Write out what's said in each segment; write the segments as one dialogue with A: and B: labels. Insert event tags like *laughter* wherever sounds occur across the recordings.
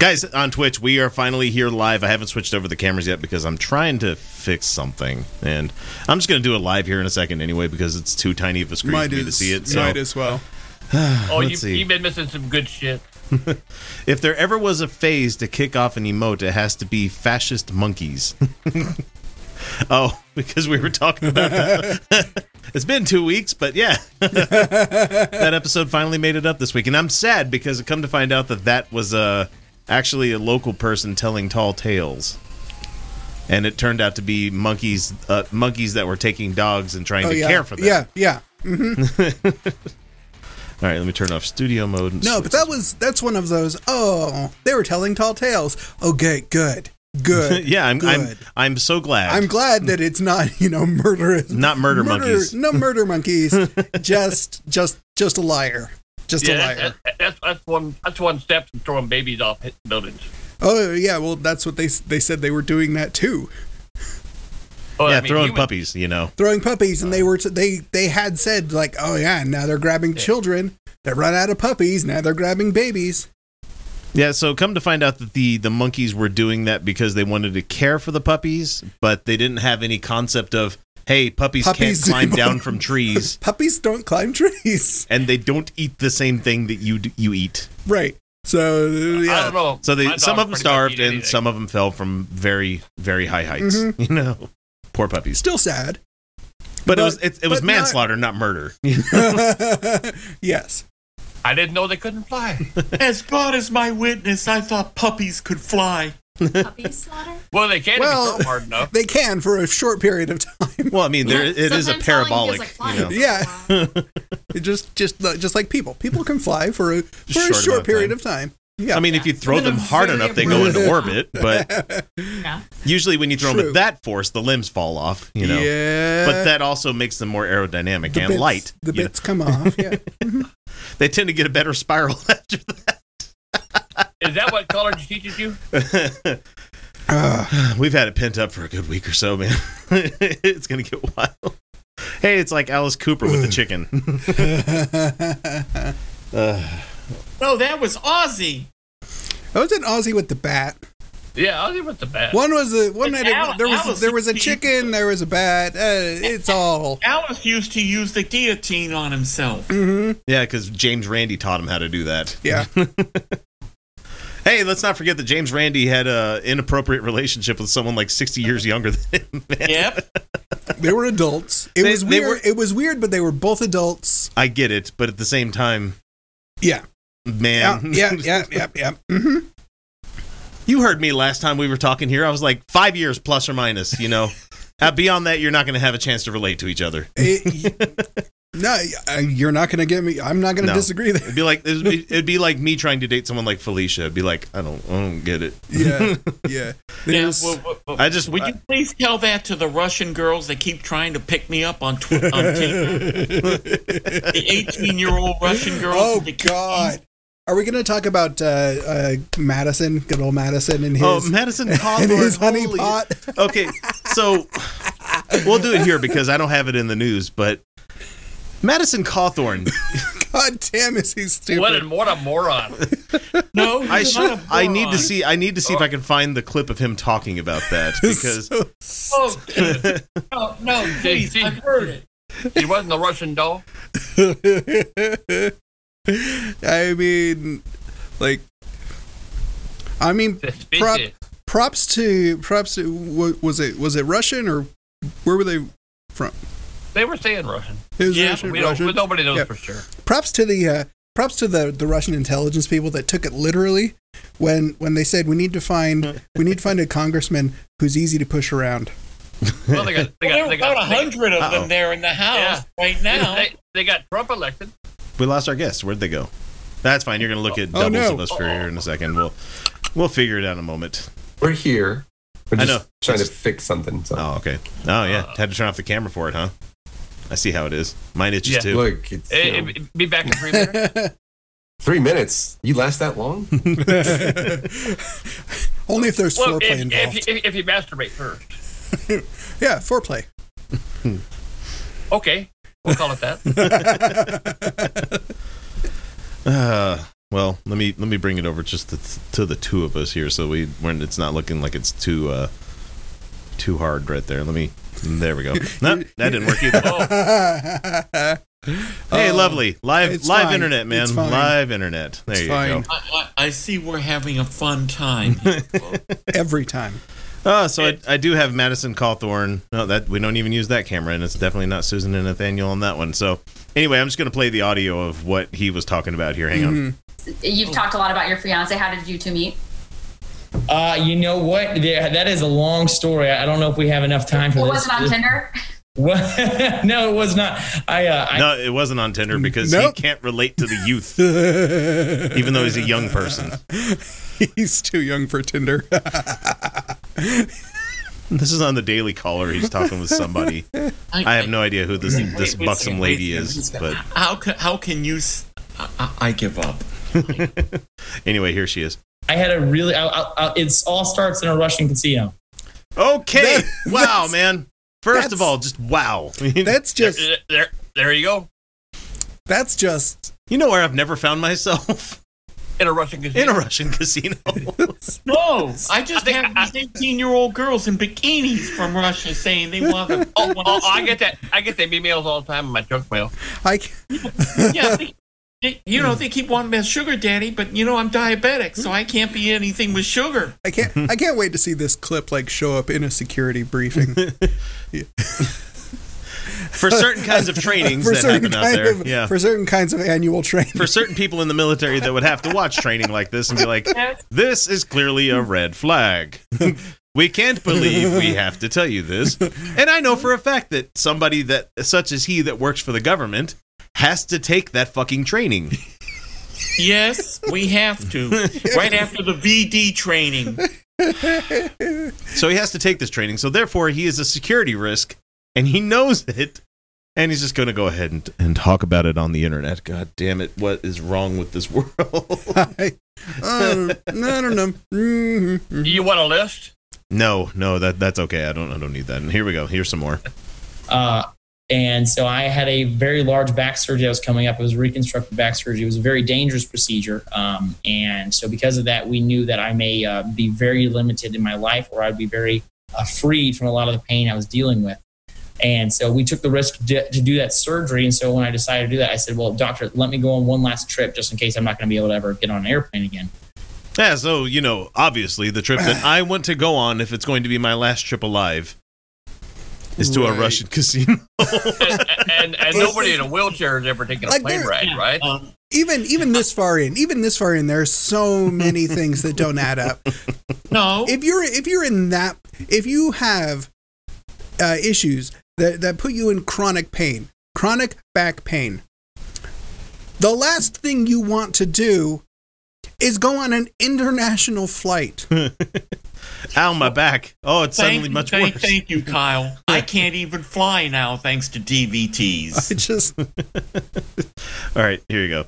A: Guys on Twitch, we are finally here live. I haven't switched over the cameras yet because I'm trying to fix something, and I'm just going to do it live here in a second anyway because it's too tiny of a screen
B: Might
A: for me to
B: as-
A: see it. So
B: might as well.
C: Oh,
A: Let's
C: you've,
A: see.
C: you've been missing some good shit.
A: if there ever was a phase to kick off an emote, it has to be fascist monkeys. *laughs* oh, because we were talking about that. *laughs* it's been two weeks, but yeah, *laughs* that episode finally made it up this week, and I'm sad because I come to find out that that was uh, actually a local person telling tall tales. And it turned out to be monkeys, uh, monkeys that were taking dogs and trying
B: Oh,
A: to
B: yeah.
A: care for them.
B: Yeah, yeah.
A: All right, let me turn off studio mode. And
B: No,
A: switch
B: but that was that's one of those. Oh, they were telling tall tales. Okay, good,
A: *laughs*
B: good.
A: yeah, I'm, I'm,
B: good.
A: I'm so glad.
B: I'm glad that it's not you know murderous.
A: Not murder monkeys. *laughs*
B: No murder monkeys. just just just a liar. Just a
C: Yeah,
B: liar.
C: that- that- that's that's one that's one step to throwing babies off hit- buildings.
B: oh yeah, well that's what they s- they said they were doing that too.
C: Oh,
A: yeah,
C: I mean,
A: throwing
C: human-
A: puppies, you know.
B: Throwing puppies, and they were t- they they had said like, oh yeah, now they're grabbing children. They run out of puppies. Now they're grabbing babies.
A: Yeah, so come to find out that the the monkeys were doing that because they wanted to care for the puppies, but they didn't have any concept of hey, puppies,
B: Puppies-
A: can't climb down from trees
B: Puppies don't climb trees. *laughs*
A: and they don't eat the same thing that you d- you eat.
B: Right. So
C: I
B: yeah.
C: don't know.
A: So
C: My
A: they some
C: dog
A: of them
C: pretty much
A: starved
C: eat
A: and
C: anything.
A: some of them fell from very very high heights, you know. Poor puppies. *laughs*
B: Still
A: Mm-hmm.
B: sad. *laughs*
A: But,
B: But-
A: it was it, it was
B: but not-
A: manslaughter, not, murder.
B: yes.
C: I didn't know they couldn't fly.
A: *laughs*
D: As God is my witness, I thought puppies could fly.
B: *laughs*
E: puppy slaughter?
C: well, they can't
B: Well-
C: if you throw 'em hard
D: *laughs*
C: enough.
B: They can for a short period of time. *laughs*
A: well, I mean, there it is a
E: Sometimes all
A: parabolic,
E: feels like
A: you
E: flying
A: know.
E: for a
B: Yeah.
E: while.
B: It just just like- just like people. People can fly for a for
A: Short
B: a
A: amount
B: short
A: of
B: period
A: time.
B: of time. Yeah.
A: I mean, if you throw
E: With a
A: them hard
E: very
A: enough, they go into
B: abruptive-
A: orbit, but
E: Yeah.
A: Usually, when you throw them
B: True.
A: at that force, the limbs fall off. You know,
B: yeah.
A: but that also makes them more aerodynamic
B: the
A: and
B: bits-
A: light.
B: The
A: you know.
B: bits come off.
A: *laughs*
B: Yeah.
A: They tend to get a better spiral *laughs* after
B: *laughs*
C: Is that what college teaches you?
A: that. We've had it pent up for a good week or so, man. *laughs* it's gonna get wild. Hey, it's like Alice Cooper with the chicken. *laughs*
B: that
D: No, that was Aussie.
B: was an Aussie with the bat.
C: Yeah, I'll give it the bat.
B: One was a one
D: It's
B: night it-
D: Al-
B: there was
D: Alice.
B: there was
A: *laughs*
B: a chicken. There was a bat. Uh, it's all.
D: Alice used to use the guillotine on himself.
A: yeah, because James Randy taught him how to do that.
B: Yeah.
A: *laughs* Hey, let's not forget that James Randy had a inappropriate relationship with someone like sixty years younger than him. *laughs* Man.
D: Yep.
B: They were adults. It
A: They-
B: was
A: they
B: weird.
A: were-
B: it was weird, but they were both adults.
A: I get it, but at the same time,
B: Yeah. Yeah.
A: man,
B: Yeah. Yeah. Yeah. yeah.
A: *laughs*
B: Mhm.
A: You heard me last time we were talking here. I was like five years plus or minus. You know, uh, beyond that, you're not going to have a chance to relate to each other.
B: It- *laughs* no, uh, you're not going to get me. I'm not going to
A: No.
B: disagree there.
A: It'd be like it'd be, it'd be like me trying to date someone like Felicia. It'd be like I don't I don't get it.
B: Yeah, yeah.
D: Yeah,
B: There's-
D: well, well, well,
A: I just
D: would you please tell that to the Russian girls that keep trying to pick me up on Twitter? On
B: *laughs*
D: Tinder? the 18 year old Russian girls.
B: oh
D: that keep-
B: God, are we going to talk about uh, uh, Madison, good old Madison, and his
A: oh, Madison
B: and
A: Hawthorne,
B: Uh, his honey
A: holy-
B: pot?
A: *laughs* Okay, so we'll do it here because I don't have it in the news, but. Madison Cawthorn.
B: *laughs* God damn, is he stupid?
C: What a what a moron!
D: *laughs* No,
A: I
D: he's
A: should.
D: not a
A: I need
D: moron.
A: to see. I need to see if I can find the clip of him talking about that
B: It's
A: because
B: so-
D: Oh, *laughs* no, no, please, I've heard it.
C: He wasn't a Russian doll.
B: *laughs* I mean, like, I mean, prop,
C: Species.
B: props to props to wa- was it was it Russian or where were they from?
C: They were saying Russian.
B: It was
D: Yeah,
B: Russian,
C: We don't,
B: Russian.
C: but nobody knows
B: Yeah.
C: for sure.
B: props to the uh, props to the, the Russian intelligence people that took it literally when when they said we need
A: *laughs*
B: to find we need to find a congressman who's easy to push around.
C: Well, they got they got
D: Well, there were
C: they
D: about
C: got
D: a hundred of
A: Uh-oh.
D: them there in the house right
C: They,
D: now.
C: they, they got Trump elected.
A: We lost our guest. Where'd they go? That's fine. You're gonna look at doubles
B: Oh, no.
A: of us for here in a second. We'll we'll figure it out in a moment.
F: We're here. We're
A: I
F: just
A: know.
F: trying to fix something. So.
A: Oh, okay. Oh yeah. Had to turn off the camera for it, huh? I see how it is. Mine itches
C: Yeah.
A: too.
F: Look, it's you
C: Eh,
F: know,
C: eh, be back in three
B: *laughs*
C: minutes.
F: three minutes. You last
A: *laughs*
F: that long?
B: Only if there's
C: well,
B: foreplay
C: if, if,
B: involved.
C: you- if, if you masturbate first.
B: yeah, foreplay. *laughs* *laughs*
C: Okay, we'll call it that.
A: Uh, Well, let me let me bring it over just to, to the two of us here, so we when it's not looking like it's too uh too hard right there. Let me. There
B: *laughs*
A: we go. No, that didn't work either. Hey,
B: Oh,
A: lovely live
B: it's
A: live
B: fine.
A: internet, man.
B: It's fine.
A: Live internet. There
B: It's
A: you
B: fine.
A: go.
D: I, I, I see we're having a
A: *laughs*
D: fun time.
B: Every time.
A: Oh, so I, I do have Madison Cawthorn. No, that we don't even use that camera, and it's definitely not Susan and Nathaniel on that one. So anyway, I'm just gonna play the audio of what he was talking about here. Hang on.
E: You've talked a lot about your fiance. How did you two meet?
G: Uh, you know what? There, that is a long story. I I don't know if we have enough time for
E: Well,
G: this.
E: was it on Tinder?
G: What? *laughs* no, it was not. I, uh, I
A: No, it wasn't on Tinder because
B: Nope.
A: he can't relate to the youth, even though he's a young person.
B: He's too young for Tinder. *laughs*
A: This is on the Daily Caller. He's talking with somebody. I have no idea who this this
D: wait a
A: buxom
D: second,
A: lady
D: wait a
A: is,
D: second.
A: but
D: How can how can you? s- I, I- I give up.
A: anyway, here she is.
G: I had a really. I, I, I, it's all starts in a Russian casino.
A: Okay,
B: That-
A: *laughs* wow, man. First of
B: that's-
A: all, just wow. *laughs*
B: That's just
C: There, there, there you go.
B: that's just
A: you know where I've never found myself *laughs*
C: In a Russian casino.
A: in a Russian casino.
D: No, I just
C: think
D: have
C: I-
D: these eighteen-year-old girls in bikinis from Russia saying they want to.
C: *laughs* Oh, oh, I get that. I get them emails all the time in my junk mail.
B: I c-
D: yeah, they, they, you know they keep wanting me a sugar daddy, but you know I'm diabetic, so I can't be anything with sugar.
B: I can't I can't wait to see this clip like show up in a
A: *laughs*
B: security briefing.
A: for certain kinds of
B: *laughs*
A: trainings that happen out
B: kind
A: there.
B: of
A: yeah. For,
B: for certain kinds of annual training. *laughs*
A: certain people in the military that would have to watch training like this and be like, this is clearly a red flag. *laughs* we can't believe we have to tell you this. And I know for a fact that somebody that such as he that works for the government has to take that fucking training.
D: Yes, we have
A: *laughs*
D: to. Right after the VD training.
A: So he has to take this training. So therefore he is a security risk and he knows it. And he's just going to go ahead and, and talk about it on the internet. God damn it. What is wrong with this world?
B: *laughs*
A: *laughs*
B: I, I don't, Um, I don't know. Mhm.
C: You want a list?
A: No, no, that that's okay. I don't I don't need that. And here we go. Here's some more.
G: Uh, and so I had a very large back surgery that was coming up. It was reconstructive back surgery. It was a very dangerous procedure. Um, and so because of that, we knew that I may uh, be very limited in my life or I'd be very uh, freed from a lot of the pain I was dealing with. And so we took the risk to, to do that surgery. And so when I decided to do that, I said, well, doctor, let me go on one last trip just in case I'm not going to be able to ever get on an airplane again.
A: Yeah, so you know, obviously the trip that I want to go on if it's going to be my last trip alive is to
B: Right.
A: a Russian *laughs* casino.
C: and, and, and nobody in a wheelchair has ever taken a
B: Like
C: plane
B: there-
C: ride, right?
D: Um,
B: Even even this far in, even this far in, there's so many things that don't
A: *laughs*
B: add up.
D: no.
B: if you're if you're in that if you have uh, issues that that put you in chronic pain, chronic back pain, the last thing you want to do is go on an
A: *laughs*
B: international flight.
A: Ow, my back. Oh, it's
D: Thank
A: suddenly
D: you,
A: much
D: thank,
A: worse.
D: Thank you, Kyle. I can't even fly now thanks to DVTs.
B: It's just
A: All right, here you go.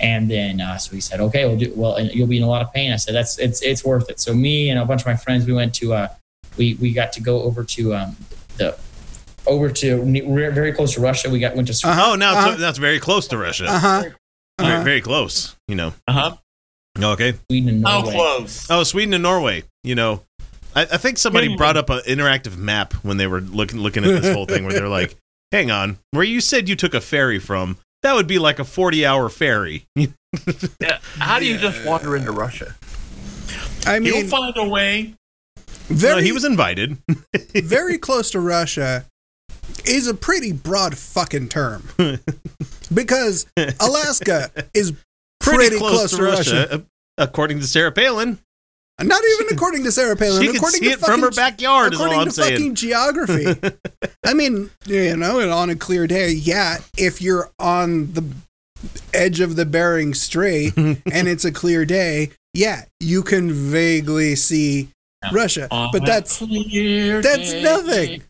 G: And then uh, so he said, "Okay, we'll do well, and you'll be in a lot of pain." I said, "That's it's it's worth it." So me and a bunch of my friends, we went to uh, we we got to go over to um, the over to ne- we're very close to Russia. We got went to
A: Oh, now
B: uh-huh.
A: it's, that's very close to Russia.
B: uh huh.
A: Very, very close, you know.
D: Uh-huh.
A: Okay.
G: Sweden and
D: How
G: Norway.
D: close?
A: Oh, Sweden and Norway, you know. I, I think somebody
D: Finland.
A: brought up an interactive map when they were looking looking at this whole thing where they're like, hang on, where you said you took a ferry from, that would be like a 40 hour ferry.
C: Yeah. How do you just wander into Russia?
B: I
D: You'll
B: mean,
D: find a way.
B: very
A: no, he was invited.
B: very close to Russia is a pretty broad
A: *laughs*
B: fucking term because Alaska is pretty, close, to, Russia.
A: a- according to Sarah Palin.
B: Not even according to Sarah Palin.
A: She can
B: according
A: see
B: to
A: it from her
B: fucking-
A: backyard, is all
B: according
A: I'm
B: to
A: saying. *laughs*
B: fucking geography. I mean, you know, and on a clear day, yeah, if you're on the edge of the Bering
A: *laughs*
B: Strait and it's a clear day, yeah, you can vaguely see Russia.
D: On
B: But
D: a
B: that's
D: clear
B: that's
D: day,
B: nothing.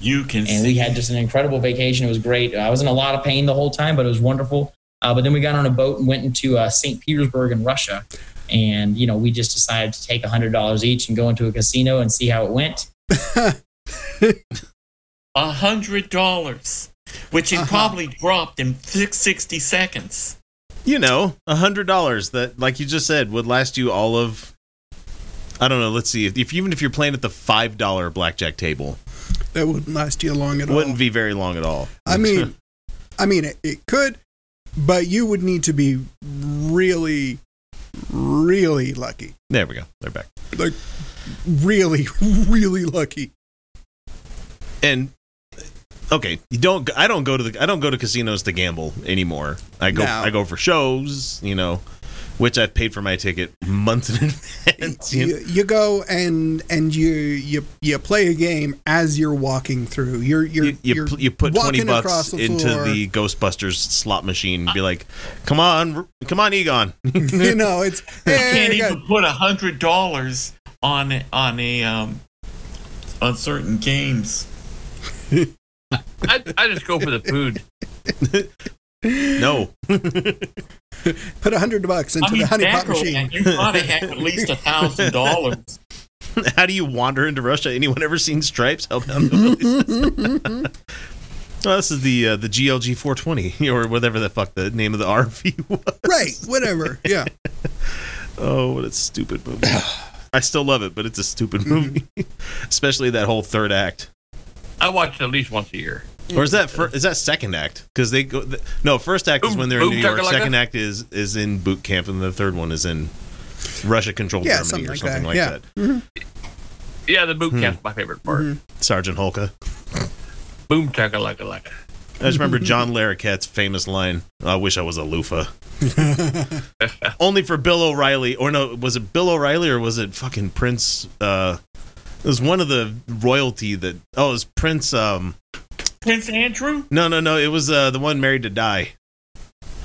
D: You can
G: and
D: see.
G: we had just an incredible vacation. It was great. I was in a lot of pain the whole time, but it was wonderful. Uh, but then we got on a boat and went into uh, St. Petersburg in Russia, and you know we just decided to take hundred dollars each and go into a casino and see how it went.
D: *laughs* A
B: Uh-huh.
D: hundred dollars, which it probably dropped in six, 60 seconds.
A: you know, a hundred dollars that, like you just said, would last you all of. I don't know. Let's see. If, if even if you're playing at the five dollar blackjack table,
B: That wouldn't last you long at
A: it
B: all.
A: wouldn't be very long at all. *laughs*
B: I mean, I mean, it, it could, but you would need to be really, really lucky.
A: there we go. They're back.
B: Like, really, *laughs* really lucky.
A: And okay, you don't. I don't go to the. I don't go to casinos to gamble anymore. I go.
B: No.
A: I go for shows. You know, which I've paid for my ticket months in *laughs* advance. you know.
B: You, you go and and you you you play a game as you're walking through. You're you're
A: you, you,
B: are
A: pl- you put 20
B: walking
A: bucks
B: across the
A: into
B: floor.
A: the ghostbusters slot machine and be like come on R- come on egon
B: *laughs* you
A: *laughs*
B: know it's hey,
D: can't
B: you got-
D: even put a hundred dollars on on a um on certain games.
C: I, I just go for the food.
A: no *laughs*
B: put a hundred bucks into
D: I mean,
B: the honey pot
D: macro,
B: machine.
D: you gotta have at least a
B: *laughs*
D: thousand dollars.
A: how do you wander into russia anyone ever seen stripes help *laughs* out the police. Oh, this is the uh, the glg 420 *laughs* or whatever the fuck the name of the *laughs* rv was
B: Right, whatever. Yeah.
A: oh what a stupid movie *sighs* i still love it but it's a stupid *laughs* movie especially that whole third act
C: I watch it at least once a year.
A: or is that fir- is that second act? Because they go th- no first act is
C: Boom,
A: when they're in
C: boom,
A: New York.
C: chakalaka.
A: Second act is is in boot camp, and the third one is in Russia controlled
B: Yeah,
A: Germany
B: something
A: or
B: like
A: something
B: that,
A: like
B: yeah.
A: that.
C: Yeah, the boot camp's my favorite part.
A: Sergeant Holka.
C: Boom chaka laka laka.
A: I just remember John Larroquette's famous line: "I wish I was a
C: *laughs*
A: loofah." Only for Bill O'Reilly, or no, was it Bill O'Reilly or was it fucking Prince? Uh, it was one of the royalty that oh, it was Prince. Um,
D: Prince Andrew?
A: no, no, no, it was uh, the one married to Die.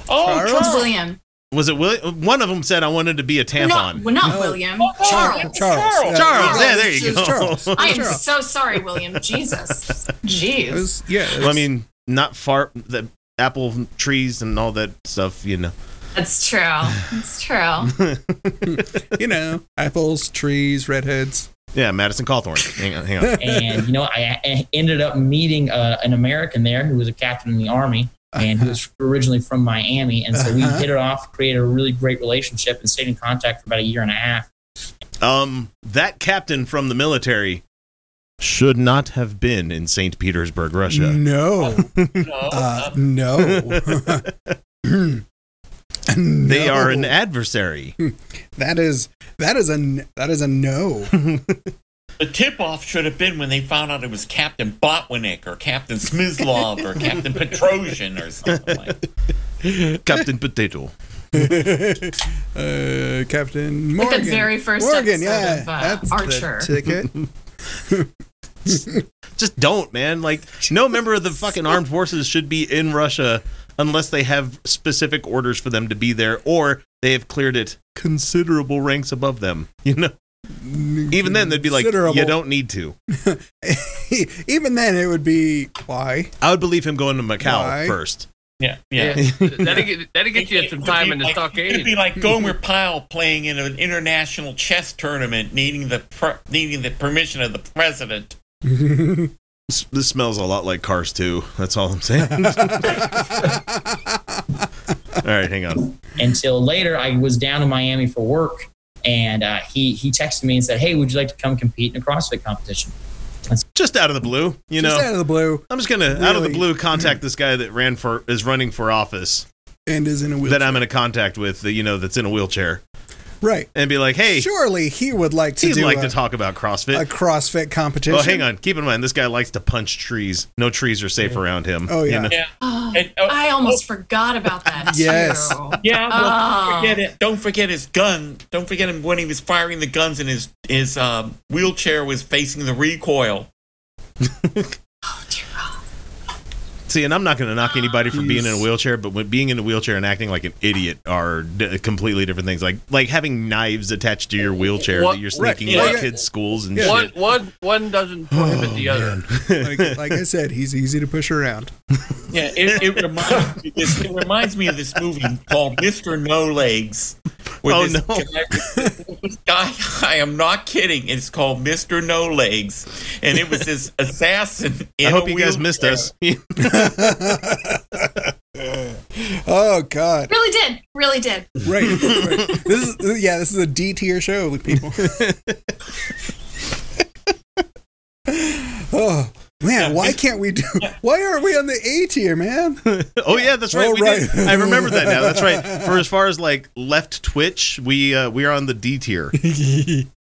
D: Oh,
B: Charles?
D: Charles.
E: William.
A: Was it Will? One of them said I wanted to be a
E: No,
A: tampon.
E: well, not
B: No.
E: William.
D: Oh,
E: Charles.
D: Charles.
B: Yeah.
A: Charles, yeah, there you
B: It's
A: go.
B: Charles.
E: I am
B: Charles.
E: so sorry, William. Jesus.
B: *laughs* It
E: Jeez.
B: was- yeah. it
A: Well, I
B: was-
A: mean, not far the apple trees and all that stuff, you know.
E: That's true. That's true.
B: you know, apples, trees, redheads.
A: Yeah, Madison Cawthorn. Hang on, hang
B: *laughs*
A: on.
G: and you know I, I ended up meeting uh, an American there who was a captain in the army and who was originally from Miami, and so we
B: Uh-huh.
G: hit it off, created a really great relationship, and stayed in contact for about a year and a half.
A: Um, that captain from the military should not have been in St. Petersburg,
B: Mm,
A: Russia.
B: No.
A: Oh.
B: *laughs*
D: No,
B: Uh, no.
A: *laughs* They
B: No.
A: Hmm. are an
B: *laughs*
A: adversary.
B: That is that is a n- that is a no.
A: *laughs*
D: the tip off should have been when they found out it was Captain Botwinick or Captain Smyslov or *laughs* Captain Petrosian or something like that.
A: Captain Potato.
B: uh, Captain
E: Like
B: Morgan.
E: the very first
B: Morgan,
E: episode
B: yeah,
E: of, uh,
B: that's the
E: Archer. *gasps*
A: *laughs*
B: ticket.
A: Just don't, man. Like, no member of the fucking armed forces should be in Russia unless they have specific orders for them to be there or they have cleared it considerable ranks above them, *laughs* you know? Even then, they'd be like,
B: Considerable.
A: you don't need to.
B: Even then, it would be why?
A: I would believe him going to Macau
B: Why?
A: first.
D: Yeah, yeah.
C: that'll, get, that'll get you
D: It- it
C: some
D: would
C: time
D: be
C: in the
D: like- It'd be
C: stockade.
D: like Gomer Pyle playing in an international chess tournament, needing the per- needing the permission of the president.
A: S- This smells a lot like Cars 2. That's all I'm
B: *laughs*
A: saying. all right, hang on.
G: Until later, I was down in Miami for work, and uh, he he texted me and said, "Hey, would you like to come compete in a CrossFit competition?"
A: Just out of the blue, you know.
B: Just out of the blue,
A: I'm just gonna out of the
B: Really?
A: blue contact this guy that ran for is running for office
B: and is in a wheelchair.
A: that I'm in a contact with that you know that's in a wheelchair
B: right.
A: and be like, hey,
B: Surely he would like to
A: he'd
B: do
A: like
B: a,
A: to talk about
B: a
A: CrossFit.
B: CrossFit competition.
A: oh, hang on. Keep in mind, this guy likes to punch trees. No trees are safe around him.
B: Oh, yeah.
D: Yeah,
E: Oh,
D: And, oh,
E: I almost forgot about that. too.
B: Yes.
D: yeah. *laughs* Well,
E: Oh.
D: don't forget it. Don't forget his gun. Don't forget him when he was firing the guns and his his um, wheelchair was facing the recoil.
A: See, and I'm not going to knock anybody for being in a
B: Jeez.
A: wheelchair, but when being in a wheelchair and acting like an idiot are d- completely different things. Like like having knives attached to your wheelchair
C: What-
A: that you're
B: right,
A: sneaking
D: yeah.
A: into
C: Yeah.
A: kids' schools and
B: Yeah.
C: One,
A: shit.
C: one, one doesn't prohibit the other.
B: Like, like I said, he's easy to push around.
D: Yeah, it, it reminds me. This, it reminds me of this movie called Mister No Legs. where
A: Oh,
D: this
A: no.
D: Guy, this guy, I am not kidding. It's called Mister No Legs, and it was this assassin. In
A: I hope
B: *laughs*
D: a
A: you guys missed
D: wheelchair.
A: us.
B: Oh God!
E: Really did.
B: *laughs*
E: Really did.
A: *laughs*
B: Right. right. This is yeah. This is a D tier show,
A: *laughs*
B: people. *laughs* oh man, why can't we do? Why aren't we on the A
A: *laughs*
B: tier, man?
A: *laughs* Oh yeah, that's right.
B: Oh,
A: we did.
B: right.
A: I remember that now. That's
B: *laughs*
A: right. For as far as like left Twitch, we uh, we are on the D
B: *laughs*
A: tier,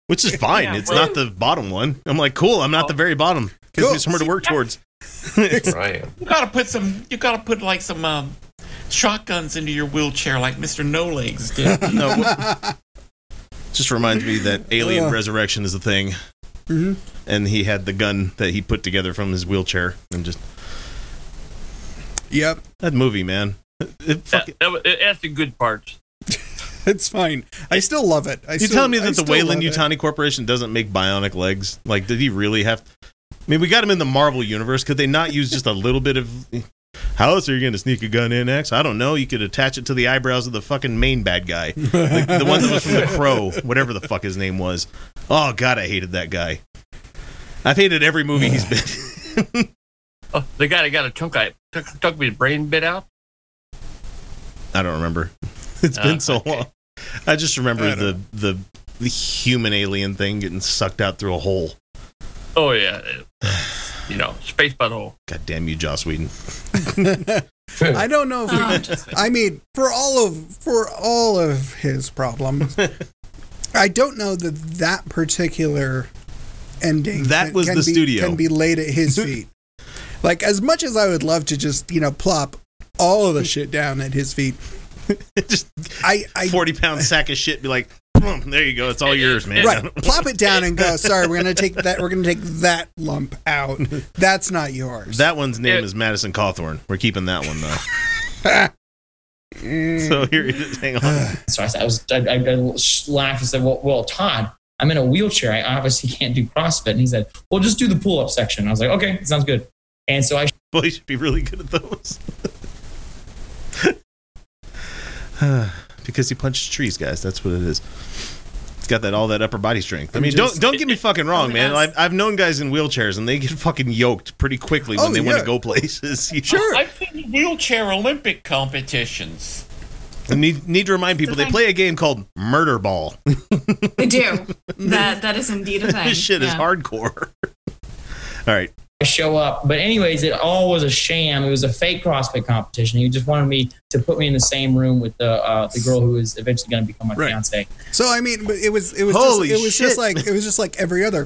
A: which is fine.
C: Yeah,
A: it's
C: well-
A: not the bottom one. I'm like, cool. I'm not the very bottom. Gives
B: Cool.
A: me somewhere to work towards.
F: Ryan.
D: You gotta put some. You gotta put like some um, shotguns into your wheelchair, like Mister No Legs
A: *laughs*
D: did.
A: No.
B: *laughs*
A: wh- Just reminds me that Alien
B: Yeah.
A: Resurrection is a thing, Mm-hmm.
B: Mhm.
A: and he had the gun that he put together from his wheelchair, and just
B: Yep,
A: that movie, man.
B: Uh,
A: It
C: That,
A: fucking,
C: that, was- that's the good parts.
B: it's fine. I still love it. I
A: you
B: still-
A: telling me
B: I
A: that the
B: still
A: Wayland
B: love it.
A: Utani Corporation doesn't make bionic legs? Like, did he really have? I mean, we got him in the Marvel universe. Could they not use just a little bit of? How else are you going to sneak a gun in, X? I don't know. You could attach it to the eyebrows of the fucking main bad guy, the, the one that was from The Crow, whatever the fuck his name was. Oh god, I hated that guy. I've hated every movie he's been.
C: Oh, the guy that got a chunk of took, took me brain bit out.
A: I don't remember. *laughs* It's been
C: Oh,
A: so long. I just remember
B: I don't
A: the, the the human alien thing getting sucked out through a hole.
C: Oh yeah, *sighs* you know, space butthole.
A: God damn you, Joss Whedon. *laughs*
B: I don't know if we
E: Oh, just wait.
B: I mean, for all of for all of
A: *laughs*
B: his problems, I don't know that that particular ending
A: That was the
B: be,
A: studio.
B: can be laid at
A: *laughs*
B: his feet. like as much as I would love to just you know plop all of the shit down at his feet,
A: just
B: I I
A: forty
B: *laughs*
A: pound sack of shit. Be like, "Boom, there you go. It's all yours, man.
B: right plop it down and go. Sorry, we're gonna take that. We're gonna take that lump out. That's not
A: *laughs*
B: yours.
A: That one's name is Madison Cawthorn. We're keeping that one though.
B: *laughs*
A: so here, *laughs* it is. hang on.
G: So I, I was, I, I, I sh- laughed and said, well, well, Todd, I'm in a wheelchair. I obviously *laughs* can't do CrossFit. And he said, well, just do the pull up section. I was like, okay, sounds good. And so I
A: *laughs* Boy, you should be really good at those. *sighs* because he punches trees, guys. That's what it is. It's got that all that upper body strength. I mean, don't don't
B: *laughs*
A: get me fucking wrong,
E: Oh,
A: man.
E: yes.
A: I've, I've known guys in wheelchairs and they get fucking yoked pretty quickly when
B: Oh,
A: they want
B: yeah.
A: to go places. You
B: sure.
D: I've seen wheelchair Olympic competitions.
A: I need, need to remind people
E: It's
A: they
E: a thing.
A: play a game called Murder Ball. *laughs*
E: They do. That that is indeed a thing.
A: this shit is
E: Yeah.
A: hardcore. *laughs* All right.
G: I show up. But anyways, it all was a sham. It was a fake CrossFit competition. He just wanted me to put me in the same room with the uh, the girl who is eventually going to become my
B: Right.
G: fiance.
B: So I mean, but it was it was
A: Holy
B: just, it was
A: shit.
B: just like it was just like every other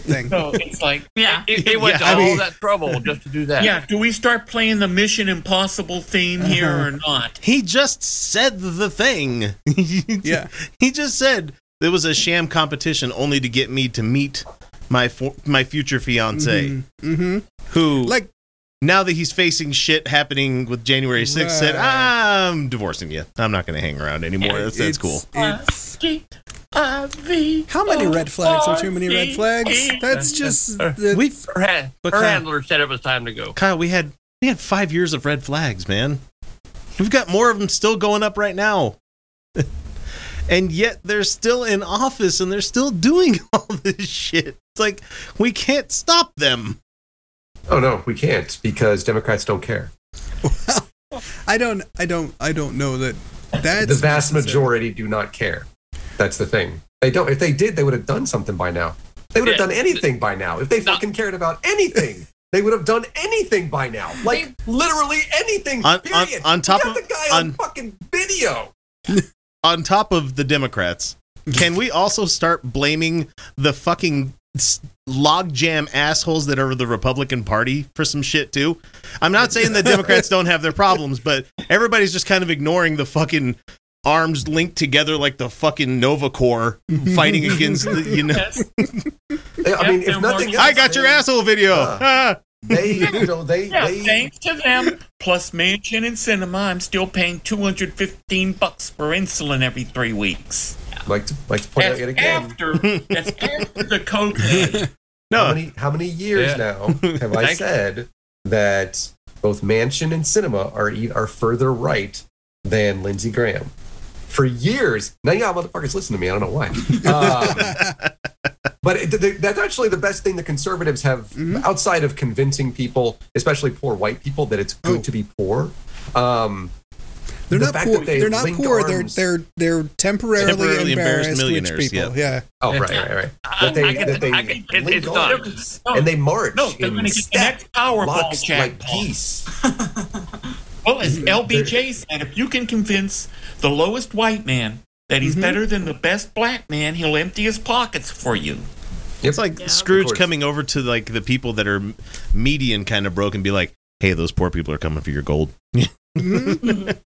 A: *laughs*
B: thing.
D: So it's like,
E: Yeah.
C: He, he went
A: Yeah,
C: to
A: I
C: all
B: mean-
C: that trouble just to do that.
D: yeah, do we start playing the Mission Impossible theme here
A: Uh-huh.
D: or not?
A: He just said the thing. *laughs*
B: Yeah.
A: He just said there was a sham competition only to get me to meet my for- my future fiance
B: Mm-hmm.
A: who
B: Like
A: now that he's facing shit happening with January 6th said I'm divorcing you. I'm not going to hang around anymore. that's, that's
B: it's-
A: cool.
B: It's,
D: I-V-O-R-D-E.
B: How many red flags are too many red flags? That's just the,
A: We've
C: Her, ha-
A: But
B: uh,
C: her
A: Kyle-
C: handler said it was time to go.
A: Kyle, we had we had 5 years of red flags, man. We've got more of them still going up right now. *laughs* and yet they're still in office and they're still doing *laughs* all this shit. It's like we can't stop them.
F: *laughs* Oh no, we can't because Democrats don't care.
B: I don't I don't I don't know that that's
F: the vast
B: necessary.
F: majority do not care. That's the thing. They don't. If they did, they would have done something by now. They would have
C: Yeah.
F: done anything by now. If they
C: No.
F: fucking cared about anything, they would have done anything by now. Like literally anything.
A: On- on-
F: period.
A: on
F: We
A: top
F: got
A: of-
F: the guy on,
A: on-
F: fucking video.
A: on top of the Democrats, can we also start blaming the fucking s- logjam assholes that are the Republican Party for some shit too? I'm not saying that
F: *laughs*
A: Democrats don't have their problems, but everybody's just kind of ignoring the fucking arms linked together like the fucking Nova
F: *laughs*
A: Corps fighting against the, you know.
F: They- I mean,
D: they're
F: if nothing
D: marching.
F: else,
A: I got your
F: they-
A: asshole video.
F: Uh.
A: Ah.
F: They, you know, they,
D: Yeah,
F: they.
D: thanks to them, plus mansion and cinema, I'm still paying 215 bucks for insulin every three weeks.
F: like to like to point out
D: That's
F: yet again.
D: after, that's after the copay.
A: *laughs* No.
F: How many how many years now have I
C: Thank-
F: said that both Mansion and Cinema are e- are further right than Lindsey Graham? For years, now y'all motherfuckers listen to me. I don't know why. Um, but it, th- th- that's actually the best thing the conservatives have outside of convincing people, especially poor white people, that it's good
B: Oh.
F: to be poor. Um,
B: They're
F: The
B: not
F: fact
B: poor.
F: that they
B: They're not
F: link
B: poor. They're
F: arms-
B: they're they're temporarily,
A: Temporarily embarrassed
B: embarrassed, rich
A: millionaires,
B: people. Yeah.
F: Oh, right, right, right.
C: I-
F: That they,
C: I can-
F: that they
C: I can- it-
F: link
C: it's done.
F: arms
C: No,
F: and they march
C: no, they're
F: in
C: gonna get the
F: step,
D: next Powerball
F: locks like
D: jackpot.
F: geese.
B: *laughs*
D: Well, as LBJ said, if you can convince the lowest white man that
B: Mm-hmm.
D: he's better than the best black man, he'll empty his pockets for you.
A: It's like
E: Yeah.
F: Of
A: Scrooge
F: course.
A: coming over to like the people that are median kind of broke and be like, "Hey, those poor people are coming for your gold."
B: Mhm.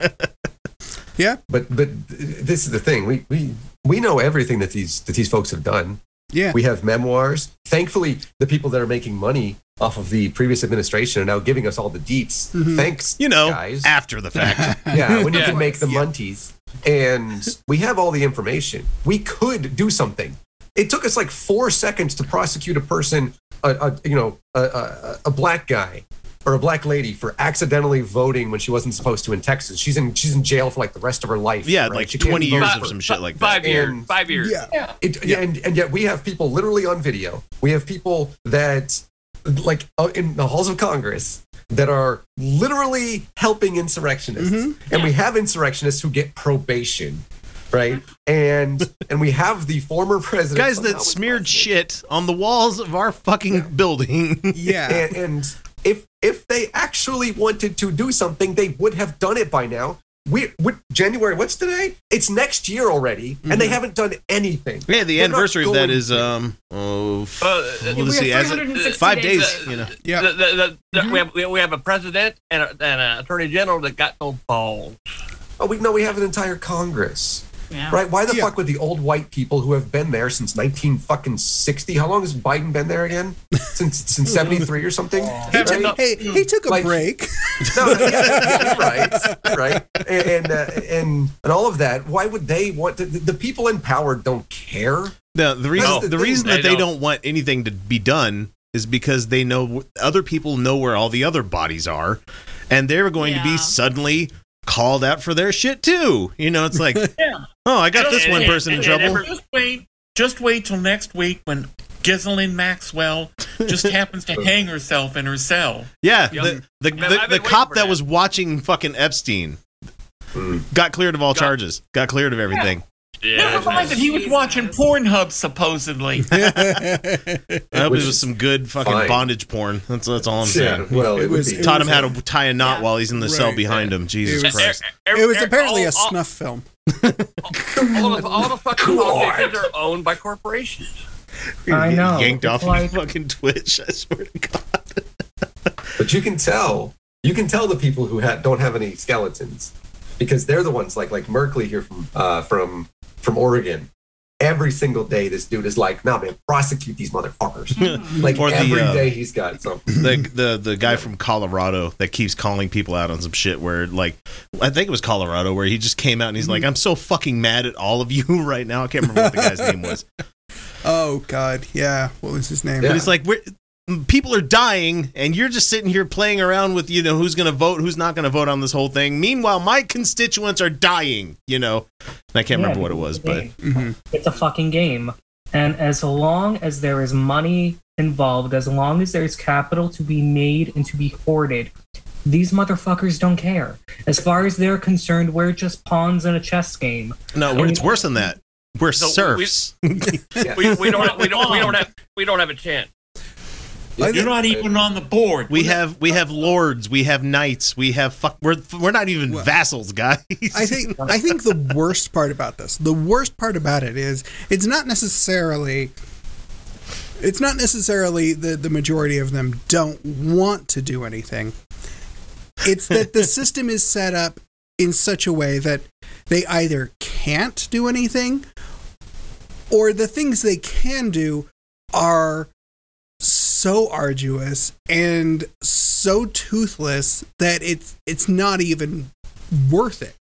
F: But but this is the thing. We we we know everything that these that these folks have done.
B: Yeah.
F: We have memoirs. Thankfully, the people that are making money off of the previous administration are now giving us all the deets.
B: Mhm.
F: Thanks,
A: You know,
F: guys.
A: after the
F: *laughs*
A: fact.
F: yeah, when you
C: Yeah.
F: can make the
B: Yeah.
F: munties. And we have all the information. We could do something. It took us like four seconds to prosecute a person, a, a you know, a, a, a black guy or a black lady for accidentally voting when she wasn't supposed to in Texas. She's in she's in jail for like the rest of her life.
A: yeah,
F: right?
A: like
F: She can't
A: 20
F: vote
A: years
F: for-
A: of some shit like that.
C: five years.
F: And-
C: Five years.
B: yeah.
F: it, And, and yet we have people literally on video. We have people that, like, uh, in the halls of Congress that are literally helping insurrectionists.
A: Mm-hmm.
F: And we have insurrectionists who get probation,
A: *laughs*
F: right? And and we have the former president.
A: Guys
F: somehow
A: that
F: was
A: smeared
F: busted.
A: shit on the walls of our fucking building.
B: Yeah.
F: And, and if if they actually wanted to do something, they would have done it by now. We, what January? What's today? It's next year already, and they haven't done anything.
A: *laughs* Mm-hmm. yeah, the
F: They're not
A: anniversary of that
F: going
A: is
F: to.
A: um oh f-
C: Uh,
A: let's see, as of
E: 360
A: five
E: days.
A: days, you know.
B: Yeah. Mm-hmm.
C: The- the- the- the- we, have, we- we have a president and, a, and an attorney general that got no balls.
F: Oh, we no, we have an entire Congress,
E: Yeah.
F: right? Why the
B: Yeah.
F: fuck would the old white people who have been there since nineteen fucking sixty? How long has Biden been there again? Since since seventy three or something?
B: He
F: Right?
B: took, hey, he took a
F: Like-
B: break.
F: No, yeah, yeah, you're right, you're right, and and, uh, and and all of that. Why would they want to, the, the people in power don't care?
A: No, the reason
F: No,
A: the,
F: they
A: reason that
C: don't.
A: they don't. want anything to be done is because they know other people know where all the other bodies are, and they're going to be
E: Yeah.
A: suddenly called out for their shit too. You know, it's like, oh, I got this
D: And-
A: one
D: and-
A: person in
D: and-
A: trouble.
D: and just wait. Just wait till next week when Ghislaine Maxwell just happens to hang herself in her cell.
A: yeah, the
C: Yep.
A: the,
C: I've
A: the,
C: been
A: the
C: waiting
A: cop
C: for
A: that
C: that.
A: was watching fucking Epstein got cleared of all charges, got cleared of everything.
D: Never mind that he was
E: Jesus.
D: watching Pornhub supposedly.
A: I hope
F: Which
A: it was
F: is
A: some good fucking
F: fine.
A: bondage porn. That's that's all I'm saying.
F: well,
B: It
F: would
B: was-
F: be-
B: it
A: Taught him how to tie a knot
E: Yeah.
A: while he's in the cell
B: Right.
A: behind him. Jesus
B: was-
A: Christ.
B: it was apparently
C: er, all,
B: a
C: all,
B: snuff film.
C: all, of, all the fucking
F: God.
C: politicians are owned by corporations.
A: You're
H: I
A: getting
H: know.
A: Yanked
H: It's
A: off of
H: like-
A: fucking Twitch. I swear to God.
F: But you can tell, you can tell the people who ha- don't have any skeletons, because they're the ones like like Merkley here from uh, from from Oregon. Every single day, this dude is like, "Nah, man, prosecute these motherfuckers." Like
A: Or
F: every
A: the, uh,
F: day he's got something.
A: the the the guy from Colorado that keeps calling people out on some shit where like I think it was Colorado where he just came out and he's like I'm so fucking mad at all of you *laughs* right now I can't remember what the guy's name was
B: Oh God, yeah. What was his name?
F: Yeah.
A: but it's like we're people are dying and you're just sitting here playing around with you know who's going to vote who's not going to vote on this whole thing meanwhile my constituents are dying you know and I can't remember what it was but mm-hmm.
B: Mhm.
H: it's a fucking game. And as long as there is money involved, as long as there's capital to be made and to be hoarded, these motherfuckers don't care. As far as they're concerned, we're just pawns in a chess game.
A: no we're- it's worse than that we're
C: So we-
A: serfs
C: *laughs* We, we don't. We don't. We don't have. We don't have a chance.
B: I
D: You're
B: think-
D: not even on the board.
A: we have we have lords we have knights we have fuck we're we're not even
B: Well,
A: vassals guys
B: I think I think the worst part about this, the worst part about it is it's not necessarily it's not necessarily that the majority of them don't want to do anything. It's that the system is set up in such a way that they either can't do anything or the things they can do are so arduous and so toothless that it's it's not even worth it.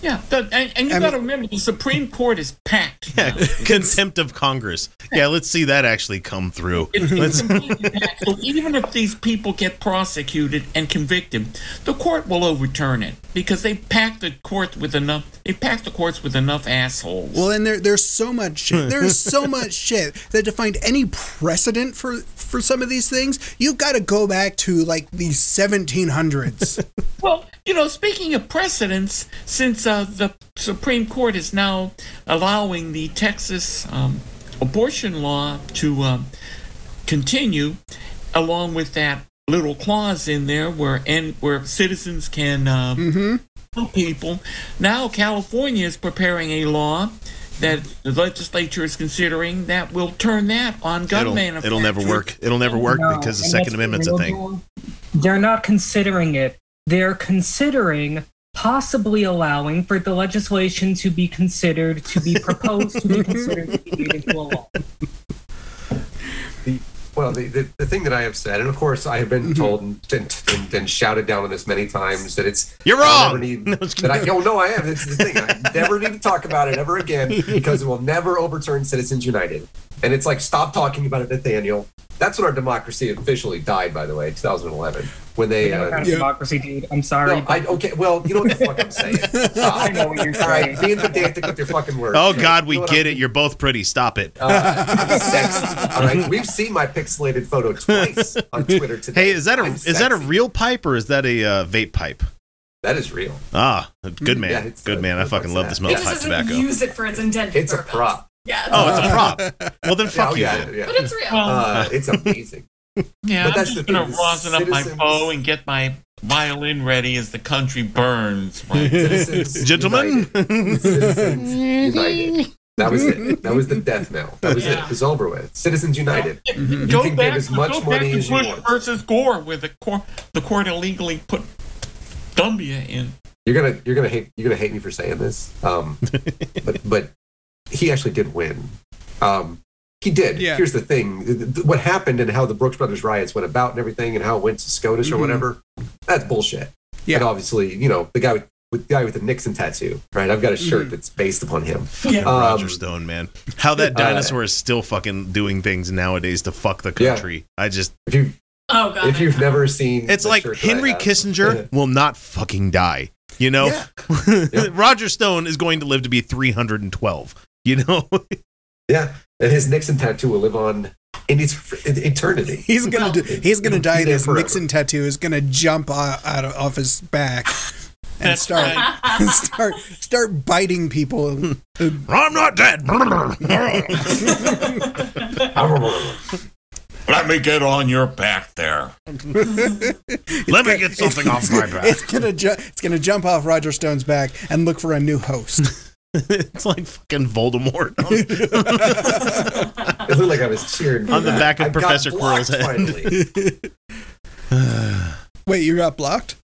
D: Yeah, the- and, and you
B: And-
D: got to remember the Supreme Court is packed.
A: Yeah, *laughs* contempt of Congress. Yeah, let's see that actually come through.
D: It-
A: Let's-
D: it's completely packed. So even if these people get prosecuted and convicted, the court will overturn it because they packed the court with enough. They packed the courts with enough assholes.
F: *laughs*
B: Well, and there, there's so much shit. There's so much shit that to find any precedent for for some of these things, you've got to go back to like the
F: *laughs*
B: 1700s.
D: Well, you know, speaking of precedents, since uh, the Supreme Court is now allowing the Texas um, abortion law to um, continue, along with that little clause in there where and where citizens can uh,
A: Mm-hmm.
D: kill people, now California is preparing a law that the legislature is considering that will turn that on gun
A: It'll,
D: manufacturers.
A: it'll never work. It'll never work
H: No,
A: because the
H: and
A: Second
H: that's
A: Amendment's a thing.
H: illegal. They're not considering it. They're considering possibly allowing for the legislation to be considered, to be proposed,
A: *laughs*
H: to be considered, to be made into a law.
F: the well the, the, the thing that i have said and of course i have been told and, and, and, and shouted down on this many times that it's
A: You're
F: I'll
A: wrong!
F: never
A: *laughs*
F: need,
A: No, I'm just
F: that i oh no i am this is the thing i never need to talk about it ever again because it will never overturn citizens united and it's like stop talking about it nathaniel that's when our democracy officially died by the way 2011 when they
H: That kind
F: uh,
H: of
B: Yeah.
H: democracy, dude. I'm sorry.
F: no, I, okay well you know what the fuck i'm saying
H: but *laughs* I know what you're
B: *laughs*
F: all right
H: saying.
F: being pedantic with your fucking words
A: Oh God, we
F: You know what
A: get
F: I'm-
A: it. You're both pretty. Stop it.
F: uh, I'm sexy. All right, we've seen my pixelated photo twice on Twitter today.
A: *laughs* Hey, is that a
F: I'm
A: is that a
F: sexy.
A: real pipe or is that a uh, vape pipe?
F: That is real.
A: Ah, good man,
F: Yeah, it's,
A: good
F: uh,
A: man. I
F: it's
A: fucking
F: like
A: love
F: that.
A: the smell
E: He
A: of
E: just
A: pipe
E: doesn't
A: tobacco.
E: use it for its intended
F: It's a
E: purpose.
F: prop.
E: Yeah. it's-
A: Oh, it's a prop. Well,
F: *laughs*
A: then
F: Yeah,
A: fuck
F: Uh, oh,
A: you.
F: yeah,
A: then.
F: yeah.
E: But it's real.
D: Well,
F: Uh,
A: *laughs*
F: it's amazing.
D: Yeah,
F: But
D: I'm
F: that's
D: just
F: the
D: gonna
F: thing, the
D: rosin up my
F: citizens-
D: bow and get my violin ready as the country
F: *laughs*
D: burns. Right?
F: Citizens
A: Gentlemen,
F: United. Citizens United. That was it. That was the death knell. That was it.
D: Yeah.
F: It was over with. Citizens United.
D: Go
F: can give
D: back,
F: as
D: to-
F: much
D: go back
F: money
D: to
F: as you
D: Bush
F: want.
D: versus Gore, where the court the court illegally put Dumbia in.
F: You're gonna you're gonna hate you're gonna hate me for saying this.
A: *laughs*
F: Um, but but he actually did win. Um, he did.
B: Yeah.
F: Here's the thing: th- th- what happened and how the Brooks Brothers riots went about and everything, and how it went to SCOTUS
A: Mm-hmm.
F: or whatever. That's bullshit.
B: Yeah.
F: And obviously, you know, the guy with, with the guy with the Nixon tattoo, right? I've got a shirt
A: Mm-hmm.
F: that's based upon him.
A: fucking Roger
F: Um, uh,
A: Stone, man. How that dinosaur is still fucking doing things nowadays to fuck the
F: Yeah.
A: country. I just,
F: If you
E: Oh god.
F: if you've never seen,
A: it's
F: the
A: like
F: shirt that I
A: Henry
F: have-
A: Kissinger will not fucking die. You know,
F: Yeah.
A: *laughs*
F: Yeah.
A: Roger Stone is going to live to be 312. You know,
F: *laughs*
A: *laughs*
F: Yeah, and his Nixon tattoo will live on in its for in
B: *laughs*
F: eternity.
B: He's gonna do, he's gonna
F: It'll be
B: die.
F: there
B: This
F: forever.
B: Nixon tattoo is gonna jump o- out of off his back *laughs* and
D: That's
B: start start start biting
F: *laughs*
B: people.
A: I'm not dead. *laughs*
D: Let me get on your back there.
A: Let me get something off my back.
B: It's gonna ju- it's gonna jump off Roger Stone's back and look for a new
F: *laughs*
B: host.
A: *laughs* it's like fucking Voldemort on,
F: It looked like I was cheering for
A: on the
F: that.
A: back of
F: I've got
A: Professor Quirrell's head.
F: blocked Finally.
A: *laughs*
B: Wait, you got blocked?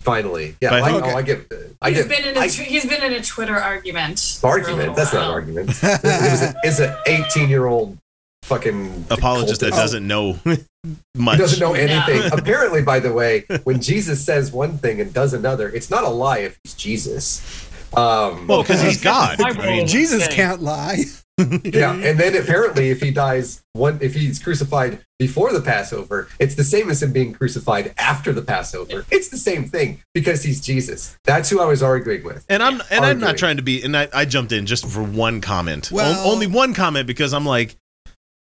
F: Finally, yeah.
A: But I
F: I,
A: think-
F: oh, I get. I
E: he's
F: get.
E: been in a
F: I-
E: tw- he's been in a Twitter argument. for a
F: argument.
E: little
F: That's not an
E: while.
F: argument. It was a, it's an eighteen-year-old fucking
A: Apologist that
F: cultist.
A: doesn't know much.
F: *laughs* He doesn't know anything. Apparently, by the way, when Jesus says one thing and does another, it's not a lie if he's Jesus. Um,
A: Well, because he's God.
D: My
A: I mean,
D: role-
B: Jesus
D: Okay.
B: can't lie. *laughs*
F: yeah, and then apparently, if he dies one, if he's crucified before the Passover, it's the same as him being crucified after the Passover. It's the same thing because he's Jesus. That's who I was arguing with.
A: and I'm and I'm not
F: Arguing.
A: trying to be. And I, I jumped in just for one comment. O-
B: Well-
A: only one comment because I'm like,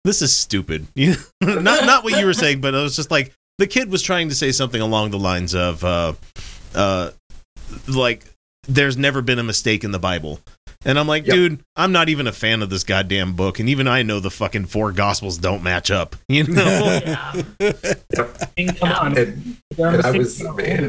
A: this is stupid. *laughs* You know? not not what you were saying, but I was just like, the kid was trying to say something along the lines of, uh, uh, like, there's never been a mistake in the Bible. And I'm like,
F: Yep.
A: dude, I'm not even a fan of this goddamn book, and even I know the fucking four gospels don't match up. You know,
F: *laughs*
E: Yeah.
H: I mean, come on.
F: And
H: There are
F: and I
H: mistakes
F: was-
H: that are older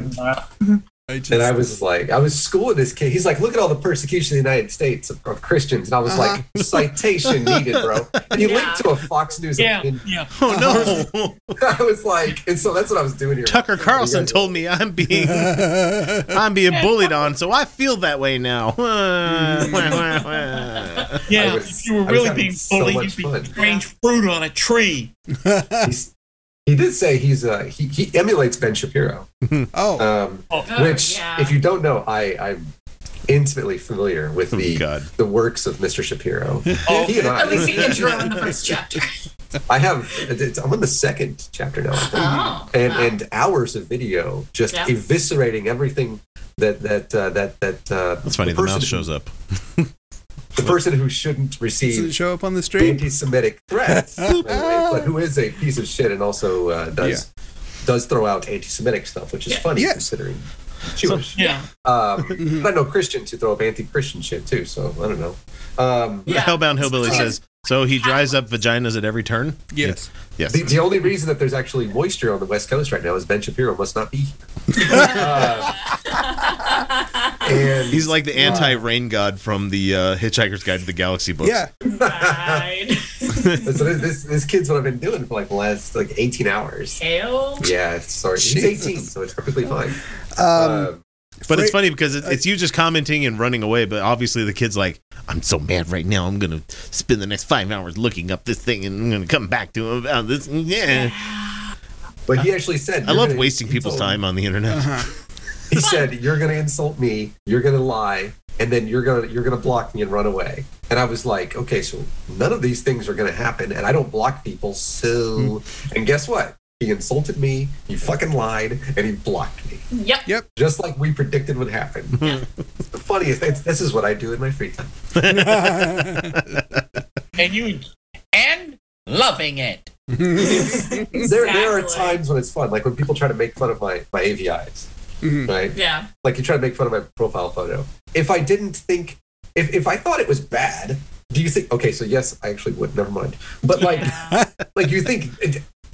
H: than that.
B: I just,
F: and I was like, I was schooling this kid. He's like, look at all the persecution in the United States of, of Christians. And I was
B: Uh-huh.
F: like, citation needed, bro. And he
E: Yeah.
F: linked to a Fox News.
D: Yeah,
F: opinion. *laughs*
D: yeah.
A: oh no.
F: I was like, and so that's what I was doing here.
A: Tucker Carlson
F: You guys-
A: told me I'm being I'm being bullied on, so I feel that way now. *laughs*
D: Yeah,
F: I was-
D: if you were
F: I was
D: really
F: having
D: being
F: so
D: bullied,
F: much
D: you'd be
F: fun.
D: strange fruit on a tree.
F: He's- he did say he's uh, he, he emulates
A: *laughs*
F: Ben Shapiro.
B: oh,
F: Um,
D: Oh,
E: Oh,
F: which
E: yeah.
F: if you don't know i i'm intimately familiar with the
A: Oh, God.
F: the works of
A: *laughs*
F: mr shapiro
D: Oh.
F: he and
E: At least he
F: i
E: can draw in the *laughs* first chapter.
F: i have it's, i'm on the second chapter now I think.
E: Oh.
F: and
E: wow.
F: and hours of video just
E: Yeah.
F: eviscerating everything that that uh, that that uh,
A: That's funny. The
F: person
A: mouse
F: who-
A: shows up.
F: the person who shouldn't
B: Does it
F: receive
B: show up on the stream?
F: anti-Semitic threats, by the way, but who is a piece of shit and also uh, does does throw out anti-Semitic stuff, which is funny
B: Yes.
F: considering Jewish.
D: Yeah.
F: um, but I know Christians who throw up anti-Christian shit too, so I don't know. Um,
E: Yeah.
A: Hellbound Hillbilly
E: Yeah.
A: says, so he dries up vaginas at every turn?
B: Yes.
A: Yes.
F: The, the only reason that there's actually moisture on the West Coast right now is Ben Shapiro must not be here. Uh, and
A: He's like the anti rain god from the uh, Hitchhiker's Guide to the Galaxy books.
B: Yeah.
E: Right.
F: so this, this, this kid's what I've been doing for like the last like 18 hours.
E: Hell.
F: Yeah, sorry. He's 18, so it's perfectly fine.
B: Um,
A: But it's
B: Fra-
A: funny because it, it's you just commenting and running away, but obviously the kid's like, I'm so mad right now. I'm going to spend the next five hours looking up this thing and I'm going to come back to him about this. Yeah.
F: but he actually said,
A: I
F: "You're
A: love
F: gonna
A: wasting people's
F: insult-"
A: time on the internet.
F: He said, "You're going to insult me. You're going to lie, and then you're going to you're going to block me and run away." And I was like, "Okay, so none of these things are going to happen, and I don't block people." So,
A: Hmm.
F: and guess what? He insulted me. He fucking lied, and he blocked me.
E: Yep.
F: just like we predicted would happen.
A: Hmm.
F: the funniest thing, this is what I do in my free time.
D: And you and loving it.
F: There, there are
E: Exactly.
F: times when it's fun, like when people try to make fun of my, my AVIs,
A: Mm-hmm.
F: right?
E: Yeah.
F: Like you try to make fun of my profile photo. If I didn't think, if, if I thought it was bad, do you think, okay, so yes, I actually would, never mind.
A: *laughs*
F: But like,
E: Yeah.
F: like you think,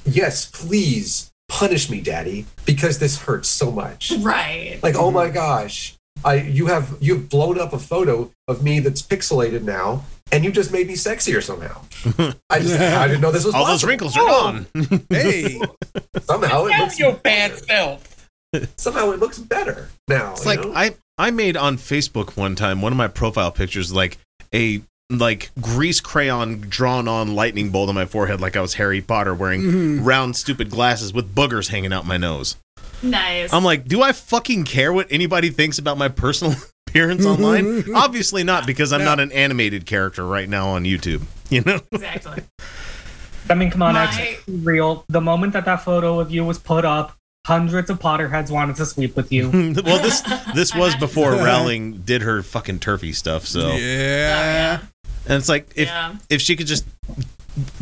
F: yes, please punish me, daddy, because this hurts so much.
E: right.
F: like oh
A: Mm-hmm.
F: my gosh i you have you've blown up a photo of me that's pixelated now and you just made me sexier somehow i just i didn't know this
A: *laughs*
F: was
A: All those
F: possible.
A: wrinkles are gone.
B: hey.
F: somehow it
D: Tell
F: looks
D: your bad self.
F: somehow it looks better now
A: It's
F: you
A: like
F: know?
A: I I made on Facebook one time one of my profile pictures like a like grease crayon drawn on lightning bolt on my forehead like I was Harry Potter wearing round stupid glasses with boogers hanging out my nose.
E: Nice.
A: I'm like, do I fucking care what anybody thinks about my personal *laughs* appearance online? Obviously not because I'm not an animated character right now on YouTube. *laughs* You know? *laughs*
E: exactly.
H: I mean, come on,
E: My-
H: that's real. The moment that that photo of you was put up, hundreds of Potterheads wanted to sleep with you.
A: well this this was before Rowling did her fucking turfy stuff, so
B: Yeah.
A: And it's like if
E: Yeah.
A: if she could just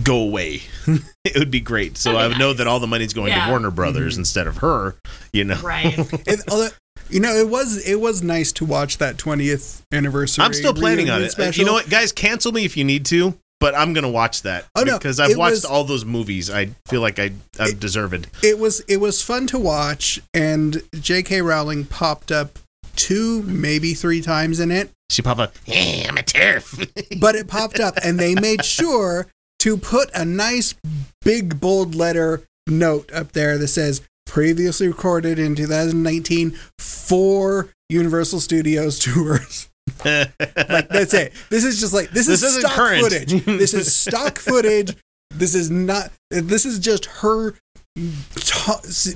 A: go away, *laughs* it would be great. So I would know that all the money's going
E: Yeah.
A: to Warner Brothers
B: Mm-hmm.
A: instead of her. You know,
E: Right.
B: It, although, you know, it was it was nice to watch that 20th anniversary.
A: I'm still planning on
B: reunion
A: it.
B: Special.
A: You know what, guys, cancel me if you need to. But I'm gonna watch that
B: Oh, no,
A: because I've
B: it
A: watched
B: was-
A: all those movies. I feel like I I
B: It-
A: deserve it.
B: It was it was fun to watch, and J.K. Rowling popped up two, maybe three times in it,
A: She pop up. Hey, I'm a turf. *laughs*
B: but it popped up, and they made sure to put a nice big bold letter note up there that says previously recorded in 2019 for Universal Studios *laughs* tours. like that's it. This is just like this,
A: This
B: is
A: isn't
B: stock
A: current.
B: footage. This
A: *laughs*
B: is stock footage. This is not. This is just her t-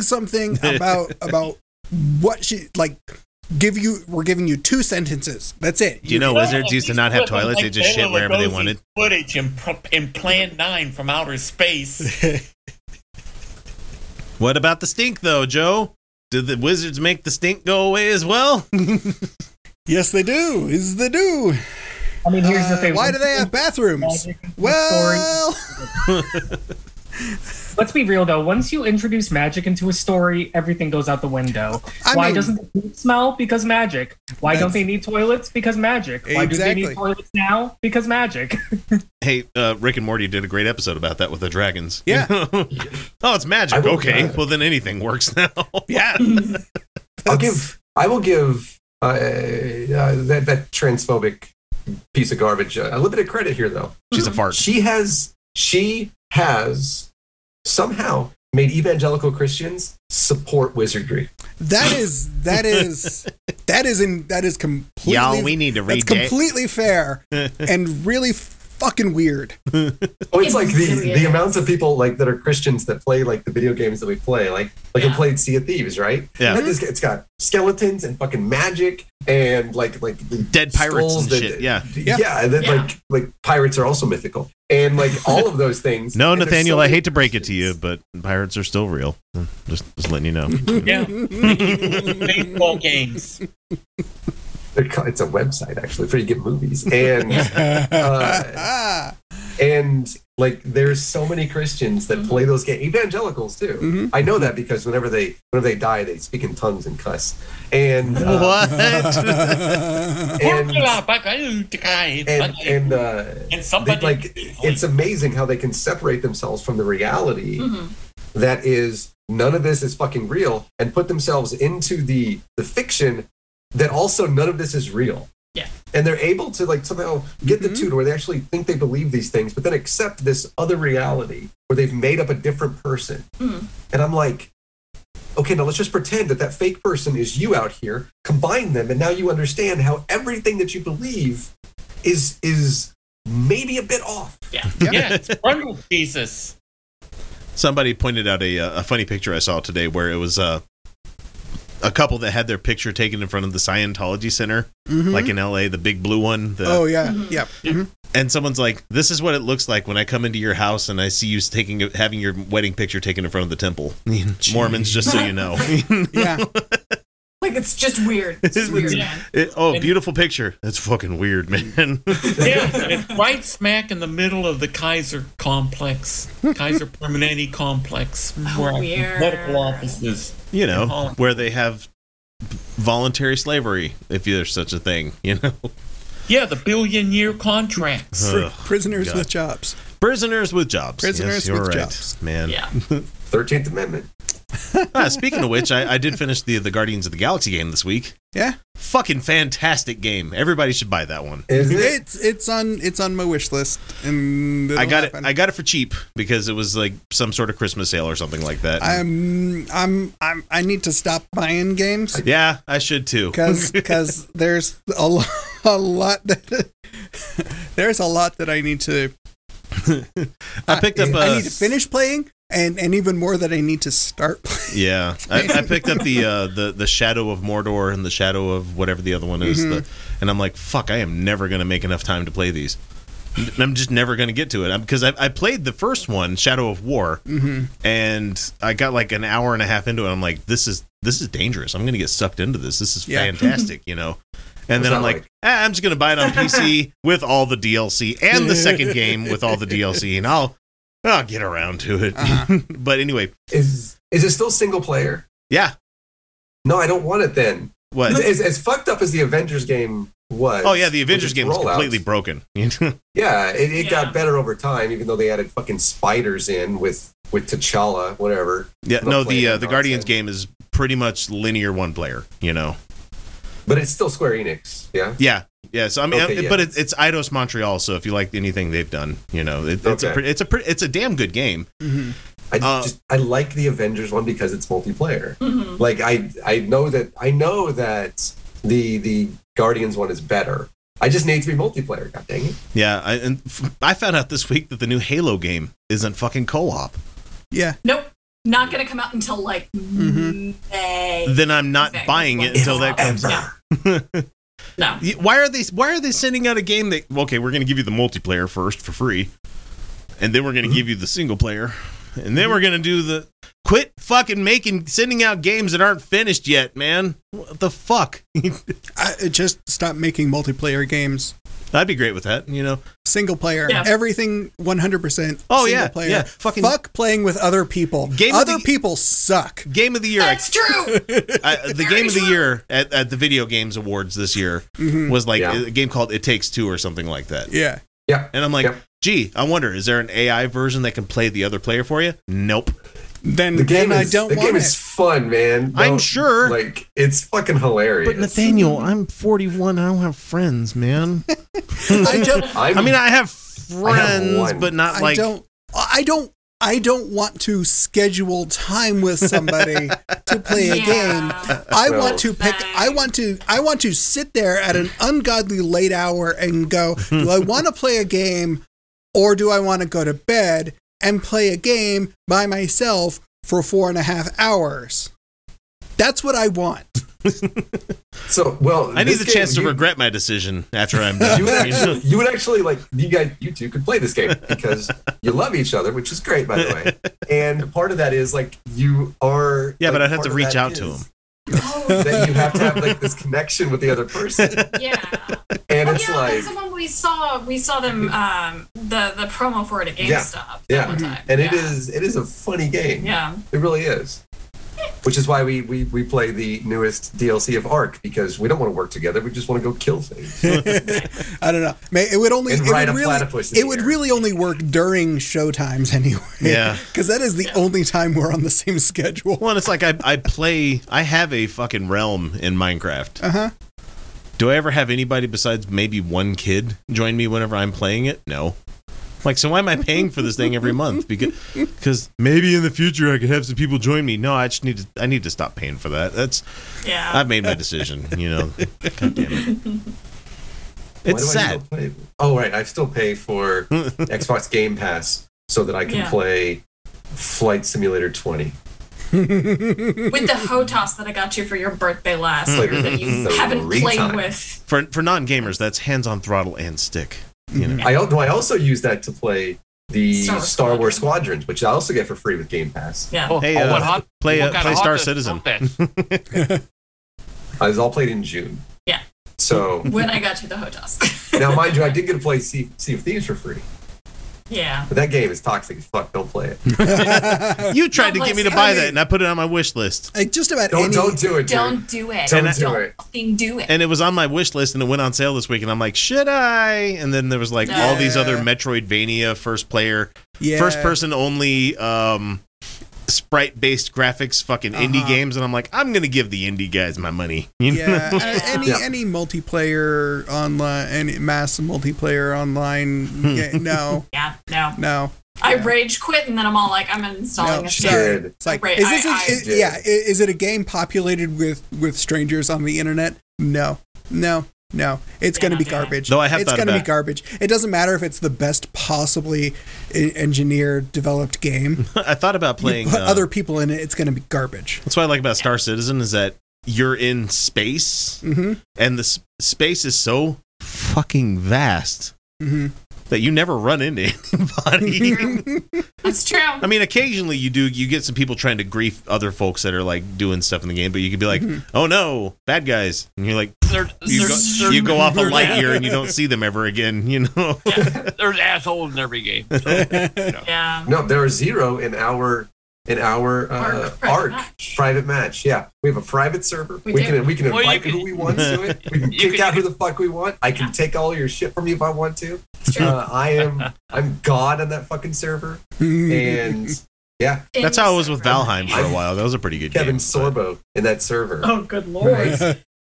A: *laughs*
B: something about about what she like. Give you. We're giving you two sentences. That's it.
A: Do you know wizards used to not have toilets? They
D: Like
A: just shit
D: Bela
A: wherever they
D: Lugosi's
A: wanted.
D: Footage in, Pro- in Plan 9 from outer space.
F: *laughs*
A: What about the stink though, Joe? Did the wizards make the stink go away as well?
B: Yes, they do. Is they do.
H: I mean, here's the
B: Uh,
H: thing.
B: why do they have bathrooms? Well,
H: Let's be real though. Once you introduce magic into a story, everything goes out the window.
B: I
H: Why
B: mean-
H: doesn't the poop smell? Because magic. Why don't
B: That's-
H: they need toilets? Because magic. Why do they
B: Exactly.
H: need toilets now? Because magic. *laughs*
A: Hey, uh, Rick and Morty did a great episode about that with the dragons.
B: Yeah.
A: *laughs* oh, it's
F: I
A: magic.
F: will-
A: Okay. Well, then anything works now. *laughs* yeah.
F: I'll give. I will give uh, uh, that that transphobic piece of garbage uh, a little bit of credit here, though.
A: She's a fart.
F: She has. She has somehow made evangelical Christians support wizardry.
B: that is
A: *laughs*
B: that is that is in that is completely.
A: Y'all, we need to
B: that's
A: read that. *laughs*
B: completely fair and really fucking weird.
F: Oh, it's like the,
E: Really
F: the
E: is.
F: amounts of people like that are Christians that play like the video games that we play, like like who
E: Yeah.
F: played Sea of Thieves, right?
A: Yeah.
F: And this- it's got skeletons and fucking magic and like like the
A: Dead pirates
F: skulls
A: and
F: that-
A: shit, yeah.
F: yeah, and then
E: Yeah.
F: like like pirates are also mythical and like all of those
A: *laughs*
F: things.
A: No,
F: And there's
A: Nathaniel,
F: so
A: I
F: many
A: hate to break it to you,
F: *laughs* Christians.
A: but pirates are still real. Hmm, Just, just letting you know.
D: Yeah. Baseball games.
F: They're ca- It's a website actually for you get movies
E: *laughs*
F: and uh, and like there's so many Christians
E: Mm-hmm.
F: that play those games. Evangelicals too.
B: Mhm.
F: I know that because whenever they whenever they die, they speak in tongues and cuss. And uh,
A: *laughs* what?
F: and and
D: And
F: and, uh,
D: somebody
F: they, like it's amazing how they can separate themselves from the reality that is none of this is fucking real and put themselves into the the fiction that also none of this is real
G: Yeah.
F: and they're able to like somehow get the two to where they actually think they believe these things but then accept this other reality where they've made up a different person
E: Mhm.
F: and i'm like okay now let's just pretend that that fake person is you out here combine them and now you understand how everything that you believe is is maybe a bit off
D: yeah, it's bundle Jesus.
A: Somebody pointed out a, uh, a funny picture I saw today where it was uh, a couple that had their picture taken in front of the Scientology Center, like in LA, the big blue one. The,
B: oh yeah, yep. Mhm.
A: and someone's like, "This is what it looks like when I come into your house and I see you taking having your wedding picture taken in front of the
B: *laughs*
A: temple." *laughs* Mormons, just so you know.
B: *laughs* Yeah,
A: Mm-hmm.
E: Like it's just weird.
A: *laughs*
E: It's
A: It's-
E: weird,
A: it's-
E: man.
A: It- oh, beautiful picture. That's fucking weird, *laughs* man.
D: Yeah, and it's right smack in the middle of the Kaiser complex, Kaiser Permanente complex, where our
E: Oh, weird.
D: medical office is.
A: you
D: In
B: Oh.
A: know,
D: Holland.
A: where they have voluntary slavery, if there's such a thing. You
B: *laughs*
A: know,
D: Yeah, the billion year contracts.
A: *laughs* Ugh.
B: prisoners
A: God.
B: with jobs.
A: prisoners with jobs.
B: Prisoners
A: yes, you're
B: with
A: right,
B: jobs.
A: man.
G: Yeah.
F: 13th amendment
A: *laughs* Ah, speaking of which, I, I did finish the the Guardians of the Galaxy game this week.
B: Yeah,
A: Fucking fantastic game. Everybody should buy that one.
F: is it
B: it's it's on it's on my wish list, and
A: I got
B: happen.
A: it. I got it for cheap because it was like some sort of Christmas sale or something like that.
B: I'm Um, I'm I'm I need to stop buying
A: *laughs*
B: games
A: yeah, I should too.
B: because there's a lot *laughs* a lot that *laughs* there's a lot that I need to
A: I picked up.
B: I
A: uh,
B: need to finish playing and and even more that I need to start *laughs* playing.
A: Yeah, I, I picked up the uh, the the Shadow of Mordor and the Shadow of whatever the other one is, the, and I'm like, fuck, I am never gonna make enough time to play these. N- I'm just never gonna get to it because I, I played the first one, Shadow of War, and I got like an hour and a half into it. I'm like, this is this is dangerous. I'm gonna get sucked into this. This is
B: Yeah.
A: fantastic, you know. And
F: What's
A: then
F: that
A: I'm like,
F: like?
A: "Ah, I'm just gonna buy it on PC with all the DLC and the second game with all the DLC, and I'll I'll get around to it. *laughs* but anyway,
F: is is it still single player
A: yeah.
F: no i don't want it then
A: What?
F: as, as fucked up as the avengers game was
A: Oh yeah, the
F: with
A: Avengers
F: its
A: game is
F: rollouts,
A: completely broken. *laughs*
F: yeah it, it
E: Yeah.
F: got better over time even though they added fucking spiders in with with t'challa whatever
A: yeah,
F: Not
A: no, the
F: playing
A: uh,
F: on
A: the Guardians
F: console.
A: game is pretty much linear one player. You know.
F: but it's still square enix yeah
A: Yeah. Yeah. So I mean,
F: Okay,
A: uh,
F: yeah.
A: but it, it's Idos Montreal. So if you like anything they've done, you know, it, it's a
F: Okay.
A: pretty, it's a pretty, it's a damn good game.
F: i
A: Uh,
F: just i like the avengers one because it's multiplayer
E: Mhm.
F: like i i know that i know that the the guardians one is better i just need to be multiplayer god dang it
A: Yeah. I, and f- I found out this week that the new Halo game isn't fucking co-op.
B: Yeah,
E: Nope. Not gonna come out until like
B: Mhm.
A: Mm-hmm.
E: May.
A: Then I'm not
E: Exactly.
A: buying it until that comes out.
E: no.
A: Y- Why are they? Why are they sending out a game that? Okay, we're going to give you the multiplayer first for free, and then we're going to give you the single player, and then we're going to do the. Quit fucking making sending out games that aren't finished yet, man. What the fuck? *laughs*
B: I, I just stop making multiplayer games.
A: I'd be great with that, you know.
B: Single player,
E: Yeah.
B: everything 100%.
A: Oh,
B: single
A: yeah,
B: player.
A: yeah, fucking-
B: fuck playing with other people.
A: Game of
B: other
A: the-
B: people suck.
A: Game of the year, I,
E: That's true.
A: *laughs* I, the game of the year at, at the video games awards this year was like
F: Mm-hmm. Yeah.
A: a, a game called "It Takes Two or something like that.
B: Yeah.
F: yeah
A: And I'm like, "Mm,
F: Yep.
A: gee, I wonder, is there an AI version that can play the other player for you? Nope.
B: Then,
F: the game
B: then
F: is
B: I don't
F: the
B: want
F: game
B: it.
F: is fun man
A: I'm
F: Don't-
A: sure.
F: like it's fucking hilarious
A: But Nathaniel, I'm 41. I don't have friends, man.
F: *laughs*
B: I don't
A: *laughs*
F: I'm,
A: I mean, I have
F: I have
A: friends,
F: one.
A: but not
B: I
A: like.
B: don't I don't I don't want to schedule time with
A: *laughs*
B: somebody to play a
E: Yeah.
B: game. I
F: Well-
B: want to pick I want to I want to sit there at an ungodly late hour and go, do
A: *laughs*
B: I want to play a game or do I want to go to bed and play a game by myself for four and a half hours? That's what I want.
F: so well.
A: I need
F: this
A: the
F: game,
A: chance to
F: you- *laughs*
A: regret my decision after I'm done.
F: You would actually, you would actually like you guys. You two could play this game
A: *laughs*
F: because you love each other, which is great, by the way. And part of that is like you are.
A: Yeah, but I'd
F: like,
A: have
F: part
A: to
F: of
A: reach
F: that
A: out to
F: is-
A: him.
E: Oh,
F: *laughs* that you have to have like this connection with the
A: *laughs*
F: other person,
E: yeah.
F: and
E: Well,
F: it's
E: Oh, yeah,
F: like
E: that's the one we saw. We saw them um, the the promo for it at
F: Yeah.
E: GameStop.
F: Yeah.
E: that
A: Mm-hmm.
E: one time.
F: and
E: yeah.
F: it is it is a funny game.
E: Yeah,
F: It really is. Which is why we, we, we play the newest DLC of Ark because we don't want to work together. We just want to go kill things.
B: I don't know. May, it would only
F: And
B: it
F: ride
B: would
F: a
B: really
F: platypus in
B: it
F: the
B: would
F: air.
B: really only work during show times *laughs* anyway.
A: Yeah.
B: because that is the only time we're on the same *laughs* schedule.
A: Well, and it's like I, I play, I have a fucking realm in Minecraft.
B: Uh huh.
A: Do I ever have anybody besides maybe one kid join me whenever I'm playing it? No. Like, so why am I paying for this thing every month? Because cause maybe in the future I could have some people join me. No, I just need to, I need to stop paying for that. That's,
E: yeah.
A: I've made my decision, you know. God damn it.
F: Why
A: *laughs* It's
F: do I
A: sad.
F: still play- Oh, right. I still
A: *laughs*
F: pay for Xbox Game Pass so that I can
E: Yeah.
F: play Flight Simulator 20.
E: *laughs* With the Hotas that I got you for your birthday last
F: Hmm.
E: year that you
F: The
E: haven't played
F: retime.
E: with.
A: For, for non gamers, that's hands on throttle and stick. You know,
F: I, al- no, I also use that to play the
E: Star
F: Star,
E: Wars
F: Wars Squadrons, which I also get for free with Game Pass.
E: Yeah.
C: Oh,
A: Hey,
C: oh, what
A: uh,
C: hot,
A: play,
C: what
A: uh,
C: kind
A: play
C: of
A: Star
C: hot is
A: Citizen.
C: that?
F: I was all played in June.
E: Yeah. *laughs*
F: So
E: When I got you the
F: *laughs*
E: Hotas.
F: now, mind you, I did get to play sea, sea of Thieves for free,
E: *laughs* yeah.
F: but that game is toxic as fuck. Don't play it.
A: You tried to
E: Don't
A: get me to
E: listen.
A: buy that, and I put it on my wish list.
B: Like just about
F: Don't,
B: any.
F: don't do it. dude.
E: Don't do it.
F: Don't
E: Don't,
F: do it.
E: fucking do it.
A: and it was on my wish list and it went on sale this week and i'm like should i and then there was like all these
B: Yeah.
A: other metroidvania first player
B: yeah.
A: first person only um sprite based graphics fucking indie
B: Uh-huh.
A: games and i'm like i'm gonna give the indie guys my money *laughs* you know?
B: Yeah, uh, any
F: Yeah.
B: any multiplayer online, any mass multiplayer
A: *laughs*
B: online. yeah, no,
E: yeah. No.
B: no.
E: I rage quit and then I'm all like, I'm installing
B: No,
E: this
B: she
E: thing.
B: did.
F: Dude,
B: It's like,
E: Right,
B: is this? a-
E: I- I-
B: is- yeah, i- is it a game populated with with strangers on the internet? No, no, no. It's
E: Yeah,
B: going to
E: not
B: be
E: doing it.
B: garbage.
A: Though I have
B: it's
A: thought
B: going to be
A: about-
B: garbage. It doesn't matter if it's the best possibly e- engineered, developed game.
A: i thought about *laughs* playing
B: Put
A: uh,
B: other people in it, it's going to be garbage.
A: that's what i like about star citizen is that you're in space
B: Mm-hmm.
A: and the s- space is so fucking vast
B: Mm-hmm.
A: that you never run into *laughs* anybody *laughs*
E: That's true.
A: I mean, occasionally you do. You get some people trying to grief other folks that are like doing stuff in the game, but you could be like, "Oh no, bad guys!" And you're like,
C: There's,
A: *laughs* you go,
C: there's,
A: you go off a
C: there's
A: light
C: ass-
A: year and you don't see them ever again. You know?
C: yeah, there's assholes in every game. So, you know.
E: yeah.
F: No, there are zero in our in our uh,
E: Arc,
F: arc,
E: private match.
F: private match. Yeah, we have a private server.
E: We
F: We,
E: do.
F: can we can
C: Well, you
F: invite
C: could-
F: who we want to it. We can
C: You
F: kick
C: could-
F: out who the fuck we want. I can take all your shit from you if I want to.
E: It's true.
F: Uh, I am I'm god on that fucking server. And yeah,
A: *laughs* That's how I
E: *laughs*
A: was with Valheim for a
F: I-
A: while. That was a pretty good game.
F: Kevin
A: but-
F: Sorbo in that server.
E: Oh, good lord.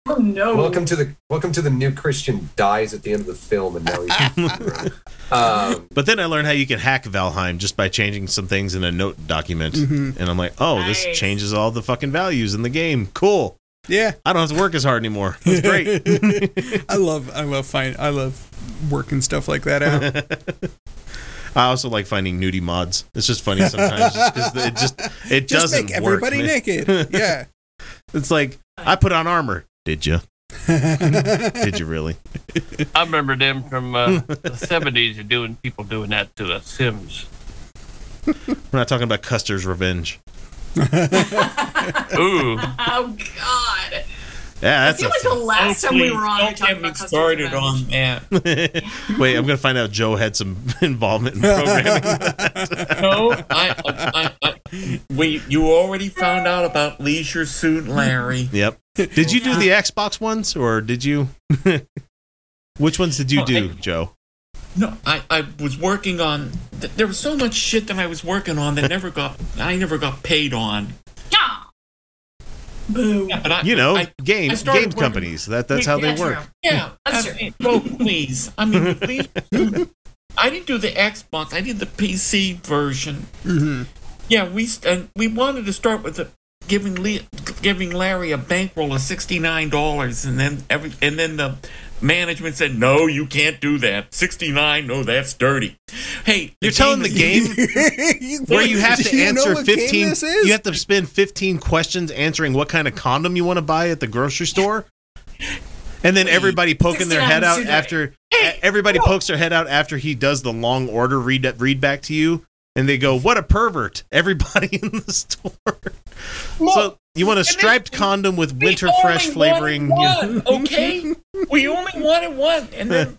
E: Oh, no.
F: Welcome to the welcome to the new Christian dies at the end of the film, and now he's um,
A: But then I learned how you can hack Valheim just by changing some things in a note document,
B: Mhm.
A: and I'm like, "Oh,
E: Nice.
A: this changes all the fucking values in the game. Cool.
B: Yeah,
A: I don't have to work as hard anymore. That's great."
B: *laughs* I love I love fine I love working stuff like that out.
A: *laughs* I also like finding nudie mods. It's just funny sometimes because it just it
B: Just
A: doesn't
B: make
A: work.
B: everybody
A: man. *laughs*
B: naked. Yeah.
A: It's like I put on armor. Did
B: *laughs*
A: you? Did you really?
C: I remember them from uh,
A: *laughs*
C: the seventies doing people doing that to the Sims.
A: We're not talking about Custer's Revenge.
C: Ooh,
E: Oh, God.
A: Yeah,
E: I
A: that's a
E: feel like the last time we
D: Please,
E: were on, we
D: don't
E: talked
D: get me
E: about customer
D: started
E: service.
D: on that.
A: wait. I'm gonna find out Joe had some *laughs* involvement in programming.
D: No, I, I, I, I, we, you already found out about Leisure Suit Larry. *laughs*
A: yep. Did you do the
D: Uh,
A: Xbox ones or did you? *laughs* Which ones did you
D: Oh,
A: do,
D: I-
A: Joe?
D: No, I, I was working on. Th- there was so much shit that I was working on that never got. *laughs* I never got paid on.
E: Yeah. Boo.
D: But I,
A: You know,
D: I,
A: game
D: I started
A: game
D: working-
A: companies. That that's how
E: Yeah,
A: they work.
E: true.
D: yeah.
E: That's
D: I,
E: true.
D: well, please. I
A: *laughs*
D: mean, with Leisure Suit- I didn't do the Xbox. I did the PC version.
A: Mm-hmm.
B: Mhm.
D: Yeah, we st- and we wanted to start with the, giving Le- giving Larry a bankroll of sixty nine dollars, and then every and then the management said, "No, you can't do that. Sixty nine, no, that's dirty." Hey,
A: You're telling the
D: is-
B: *laughs*
A: game where you have to
B: Do you know
A: answer
B: what game
A: 15
B: this is?
A: you have to spend 15 questions answering what kind of condom you want to buy at the grocery store and then everybody poking their head out
E: 69
A: after e, everybody pokes their head out after he does the long order read read back *laughs* to you and they go what a pervert everybody in the store so You want a
D: And then
A: striped
D: we-
A: condom with
D: We
A: winter
D: only
A: fresh
D: wanted
A: flavoring.
D: One,
A: *laughs*
D: okay, we only wanted one, and then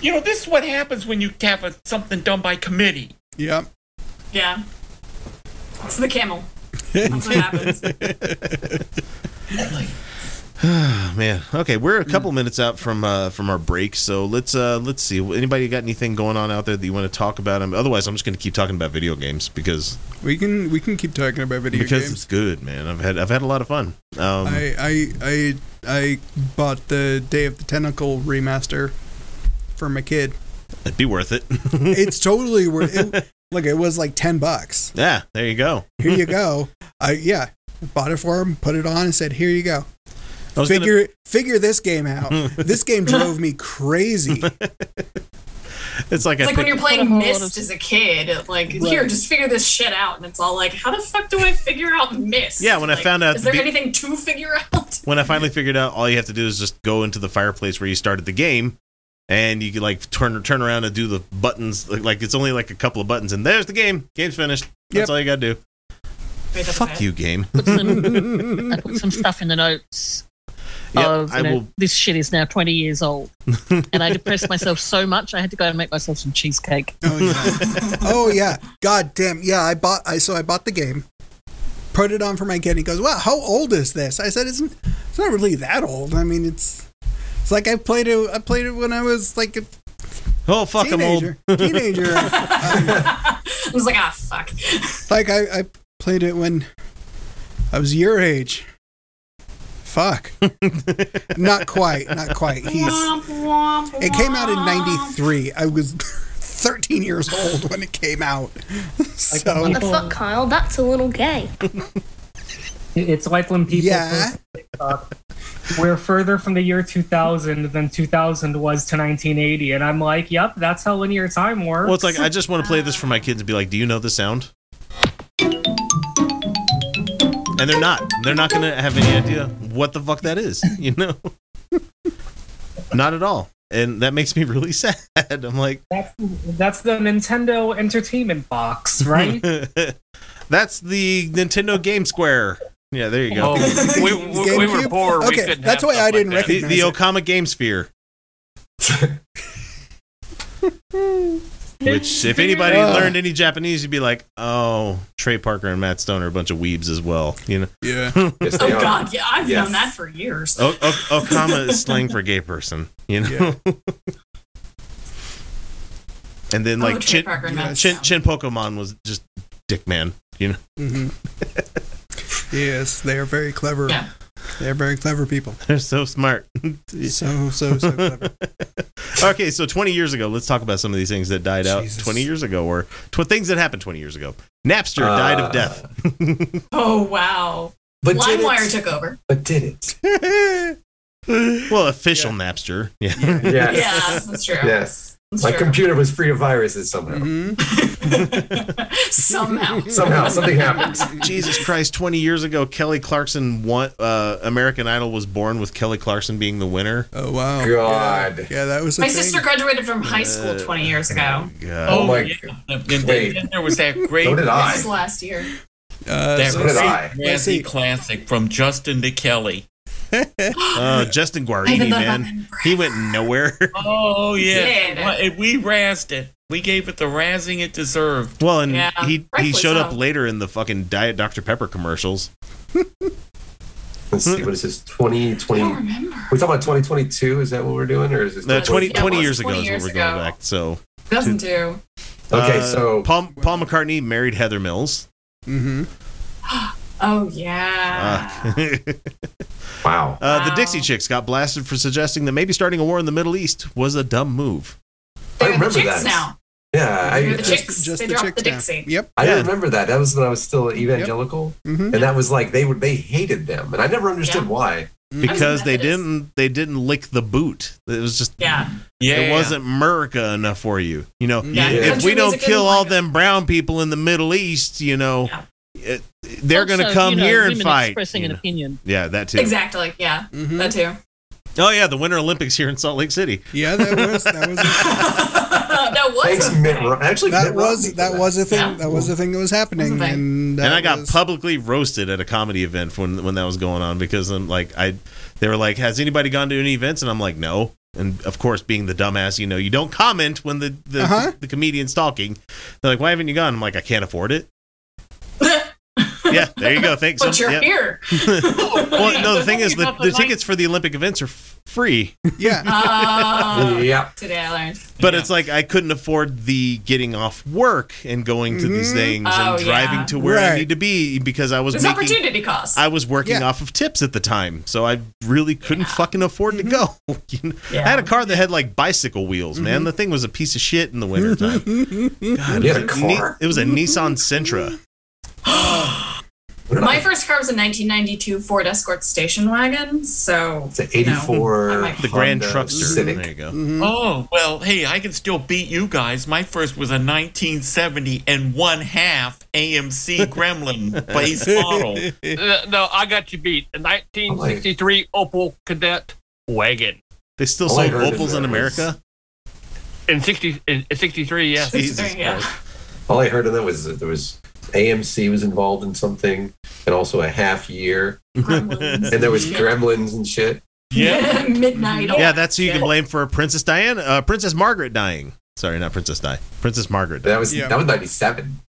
D: you know this is what happens when you have a, something done by committee.
B: Yep.
E: Yeah. It's
A: *laughs*
E: the camel. That's what happens.
A: Oh, man. Okay, we're a
B: Mm.
A: couple minutes out from uh, from our break, so let's uh, let's see. Anybody got anything going on out there that you want to talk about? Um, Otherwise, I'm just going to keep talking about video games because
B: We can we can keep talking about video
A: because
B: games.
A: it's good, man. I've had I've had a lot of fun. Um,
B: I, I I I bought the Day of the Tentacle remaster for my
A: *laughs*
B: kid.
A: it'd be worth it. *laughs*
B: It's totally worth it. Look, it was like ten bucks.
A: yeah, there you go.
B: Here you go. I yeah, bought it for him, put it on, and said, "Here you go.
A: I was gonna-
B: Figure figure this game out. this game drove me crazy.
A: *laughs* it's like
E: It's
A: I
E: like when
A: picked,
E: you're
I: Put a
E: playing
I: whole lot
E: Mist
I: of-
E: as a kid. it, Like, here, just figure this shit out. And it's all like, how the fuck do I figure out Mist?
A: Yeah, when I
E: Like,
A: found out
E: Is there
A: the-
E: anything to figure out? *laughs*
A: when I finally figured out all you have to do is just go into the fireplace where you started the game, and you could like turn turn around and do the buttons. Like, like it's only like a couple of buttons, and there's the game. Game's finished. That's
B: Yep.
A: all you got to do.
E: Wait, that's
A: Fuck
E: bad.
A: you, game.
I: *laughs* Put
A: *laughs*
I: some, I put some stuff in the notes
A: Yep,
I: of
A: I
I: you know,
A: will.
I: this shit is now 20 years
A: *laughs*
I: old. and I depressed myself so much, I had to go and make myself some cheesecake.
B: Oh yeah. *laughs* oh yeah. God damn. Yeah, I bought I so I bought the game. Put it on for my kid and he goes, Wow, how old is this? I said it's n- it's not really that old. I mean it's it's like I played it I played it when I was like a
A: Oh fuck,
B: teenager. Teenager.
E: I was like, ah, fuck.
B: like I, I played it when I was your age. Fuck. not quite, not quite. He's
E: Womp, womp,
B: it came out in
E: womp.
B: ninety-three. I was *laughs* thirteen years old when it came out. so
H: when
J: The
E: *laughs*
J: fuck, Kyle? That's a little gay.
H: It's like when people
B: Yeah.
H: post TikTok, we're further from the year 2000 than 2000 was to 1980, and I'm like, yep, that's how linear time works.
A: Well, it's like I just want to play this for my kids and be like, "Do you know the sound?" And they're not. They're not going to have any idea what the fuck that is. You know, *laughs* not at all. And that makes me really *laughs* sad. I'm like,
H: that's, that's the Nintendo
A: *laughs*
H: Entertainment Box, right?
A: that's the Nintendo Game Square. Yeah, there you go.
C: Oh, we, we, we were
B: GameCube?
C: poor. we
B: Okay,
C: couldn't
B: that's
C: have
B: why I
C: stuff like
B: didn't
C: that.
B: recognize-
A: the, the Okama Game Sphere. Which, if anybody
B: Ugh.
A: learned any Japanese, you'd be like, "Oh, Trey Parker and Matt Stone are a bunch of weebs as well." You know,
B: yeah.
F: Yes,
E: Oh,
F: they are.
E: God. Yeah, I've
F: Yes.
E: known that for years.
A: o- o- Okama is slang for gay person. You know. *laughs* and then
E: Oh,
A: like
E: Trey
A: Chin,
E: Parker and Matt
A: Chin
E: Stone.
A: Chin Pokemon was just dick man. You know. *laughs*
B: hmm Mm-hmm. *laughs* yes, they are very clever.
E: Yeah.
B: They are very clever people.
A: They're so smart.
B: So
A: *laughs*
B: so so clever.
A: okay, so 20 years ago, let's talk about some of these things that died
B: Jesus.
A: out 20 years ago or tw- things that happened 20 years ago. Napster
F: Uh,
A: died of death.
E: Oh, wow.
F: But did
E: LimeWire
F: it?
E: took over.
F: But did it?
A: Well, official Napster. Yeah. *laughs*
F: Yes.
E: Yeah, that's true.
F: Yes.
E: That's
F: My
E: true.
F: computer was free of viruses somehow.
B: hmm
F: *laughs*
E: Somehow.
F: Somehow
E: *laughs*
F: something happened.
A: Jesus Christ, 20 years ago, Kelly Clarkson won uh, American Idol was born with Kelly Clarkson being the *gasps* winner.
B: Oh wow.
F: God.
B: Yeah, Yeah, that was a
E: My
B: thing.
E: sister graduated from high school 20 years ago.
A: God.
F: Oh my
C: And then-
F: Wait.
C: then there was that great
F: So did
E: This
F: I.
E: is last year.
B: Uh,
C: that
F: So did
C: great
F: I.
B: Let's see.
C: Razzie classic from Justin to Kelly.
A: Uh, Justin
E: I've
A: Guarini,
E: been
A: man.
E: loving
A: He went
E: *laughs*
A: nowhere.
C: Oh yeah,
E: Yeah.
C: Well, we razzed it. We gave it the razzing it deserved.
A: Well, and
E: Yeah,
A: he, he
E: rightfully
A: showed
E: so.
A: up later in the fucking Diet Dr. Pepper commercials.
F: Let's see, what is this? 2020.
E: I don't
F: We're talking
E: remember.
F: about 2022? Is that what we're doing? Or is this
A: No, 20,
E: Yeah, it
A: 20
E: was
A: years ago
E: 20
A: is
E: years
A: what we're going
E: ago.
A: back. So
E: Doesn't do.
F: Okay,
A: Uh,
F: so.
A: Paul, Paul McCartney married Heather Mills.
B: hmm
E: Oh, yeah.
F: Ah.
A: Uh,
F: Wow.
A: *laughs* uh, The
E: Ah. Wow.
A: Dixie Chicks got blasted for suggesting that maybe starting a war in the Middle East was a dumb move.
E: They're
F: remember
E: the chicks
F: that.
E: now.
F: Yeah,
E: You're
F: I,
E: the
B: Just,
E: Chicks,
B: just
E: they
B: the
E: dropped
B: chicks
E: the
B: now.
E: Dixie.
B: Yep.
F: I
A: Yeah.
F: remember that. That was when I was still evangelical,
B: Mm-hmm.
F: and that was like they would they hated them, and I never understood
E: Yeah.
F: why.
E: Mm-hmm.
A: because they
E: Methodist.
A: didn't they didn't lick the boot. It was just
E: Yeah.
C: Yeah,
A: it wasn't America enough for you. You know,
E: Yeah.
F: Yeah.
A: if
E: Country
A: we don't
E: music
A: kill
E: isn't
A: all
E: like-
A: them brown people in the Middle East, you know, it, they're going to
I: Also,
A: come
I: you know,
A: here and
I: women
A: fight.
I: Expressing
A: you
I: an
A: know.
I: opinion.
A: Yeah, that too.
E: Exactly. Yeah.
B: hmm
E: That
F: *laughs*
E: too.
A: Oh yeah, the Winter Olympics here in Salt Lake City.
E: *laughs*
B: Yeah, that was that was.
E: that was
F: Thanks,
E: a
F: Mitt.
E: thing.
F: Ro- Actually,
B: That
F: Mitt Romney
B: was
F: for
B: that was a thing.
E: Yeah.
B: That was a thing that was happening,
E: Okay.
B: and, that
A: and I got
B: was-
A: publicly roasted at a comedy event when when that was going on because I'm like I they were like has anybody gone to any events and I'm like no and of course being the dumbass you know you don't comment when the the,
B: Uh-huh.
A: the comedian's talking they're like why haven't you gone I'm like I can't afford
E: *laughs*
A: it yeah there you go thanks
E: but
A: so-
E: you're
A: yeah.
F: *laughs*
E: here.
A: well no the thing is
C: You're
A: the,
C: not
A: the
C: like-
A: tickets for the Olympic events are f- free
B: yeah.
E: Ah,
F: Yeah.
E: Today I learned.
A: but
C: Yeah.
A: it's like I couldn't afford the getting off work and going to these
B: Mhm.
A: things
E: Oh,
A: and driving
E: yeah.
A: to where I
B: Right.
A: need to be because I was
E: There's
A: making
E: opportunity costs.
A: I was working
B: Yeah.
A: off of tips at the time, so I really couldn't fucking afford to go. *laughs* You know, I had a car that had like bicycle wheels, man. The thing was a piece of shit in the wintertime. God,
F: You
A: it,
F: had
A: was
F: a
A: a Ni-
F: car?
A: it was a Nissan Sentra.
F: What
E: My
F: about
E: first car was a 1992 Ford Escort station wagon, so
F: the 84
E: I might-
A: The Grand
F: Honda
A: Truckster.
F: Civic.
A: There you go.
D: Oh, well, hey, I can still beat you guys. My first was a 1970 and one half
A: *laughs*
D: AMC Gremlin base model.
C: Uh, no, I got you beat. A 1963 Opel Cadet wagon.
A: They still
F: All I
A: sold
F: heard is
A: Opals in
F: that
A: America.
C: In 60, in in 63, yes.
A: Jesus
E: *laughs* yeah.
A: Christ.
F: All I heard of that was that there was AMC was involved in something, and also a half year,
E: Gremlins.
F: and there was
E: *laughs*
F: Gremlins and shit.
C: Yeah.
E: midnight. Oh,
A: Yeah, that's who you can blame for Princess Diana, uh, Princess Margaret dying. Sorry, not Princess Di. Princess Margaret. died.
F: That was
B: Yeah.
F: that was 97.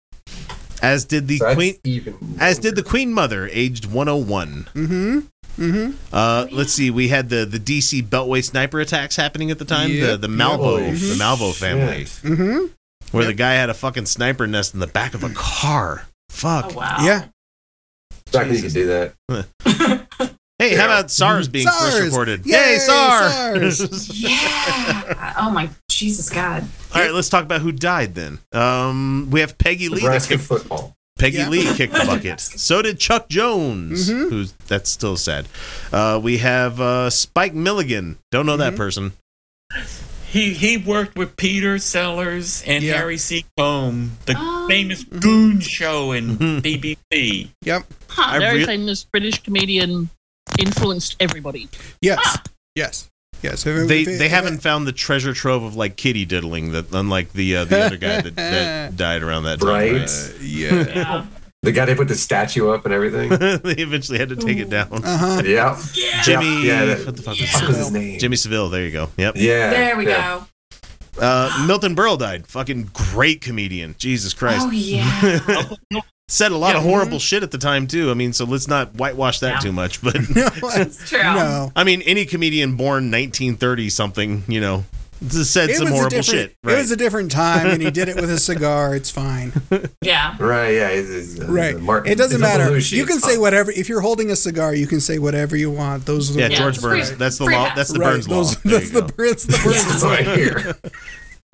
A: As did the
F: So that's
A: Queen.
F: even
A: As did the Queen Mother, aged 101.
B: Mm-hmm. Mm-hmm.
A: Uh, let's see. We had the, the DC Beltway sniper attacks happening at the time.
B: Yep.
A: The the Malvo
F: Holy
A: the Malvo family,
F: shit.
B: Mm-hmm.
A: where the guy had a fucking sniper nest in the back of a car. Fuck.
E: Oh, wow.
B: Yeah.
F: Not that you could do that.
A: Hey, how about SARS being first
B: SARS!
A: recorded?
B: Yay,
A: Yay, SARS!
E: Yeah. Oh my Jesus God.
A: *laughs* All right, let's talk about who died then. Um, we have Peggy Lee. That
F: Nebraska
A: kicked,
F: football.
A: Peggy
B: Yeah.
A: Lee kicked the bucket. So did Chuck Jones,
B: Mhm.
A: who's that's still sad. Uh, we have uh, Spike Milligan. Don't know that person.
D: He he worked with Peter Sellers and
B: Yeah.
D: Harry C. Combe, the
E: Oh.
D: famous Goon Show in
A: Mhm.
D: BBC.
B: Yep.
E: Huh.
A: I
I: Very
A: re-
I: famous British comedian influenced everybody.
B: Yes. Yes. Yes. If it-
A: they
B: if it-
A: they
B: if
A: haven't
B: it-
A: found the treasure trove of like kitty diddling that unlike the uh, the other guy that,
B: *laughs*
A: that died around that time.
F: Right.
B: *laughs* yeah.
E: *laughs* Yeah.
F: The guy that put the statue up
A: *laughs*
F: and everything.
A: right? they eventually had to take it down.
B: Uh huh.
F: yeah.
A: Jimmy,
F: Yeah, that-
A: what the fuck
F: What was
A: was
F: his name?
A: Jimmy Seville. There you go. Yep.
F: Yeah.
E: There we
F: yeah.
E: go.
A: Uh, Milton Berle died. Fucking great comedian. Jesus Christ. *laughs*
E: Oh yeah.
A: Said a lot of
D: Yeah.
A: horrible shit at the time too. I mean, so let's not whitewash that
E: No.
A: too much.
B: *laughs*
A: But
E: It's true.
B: no.
A: I mean, any comedian born 1930 something, you know, said some horrible
B: different,
A: shit.
B: It was a different time, and he did
A: *laughs*
B: it with a cigar. It's fine.
E: Yeah.
F: Right. Yeah. It's, it's, uh,
B: Right.
F: Martin-
B: it doesn't
F: it's a
B: matter.
F: Belushi.
B: You can
F: It's
B: say
F: fine.
B: whatever. If you're holding a cigar, you can say whatever you want. Those are the
A: yeah,
E: Yeah,
A: George
E: it's
A: Burns.
E: free-
A: that's the
E: free
A: law.
E: pass.
A: That's the
B: right,
A: Burns
B: those,
A: law. There
B: That's
A: you
B: the
A: go. *laughs*
B: Burns. The Burns.
F: It's right here.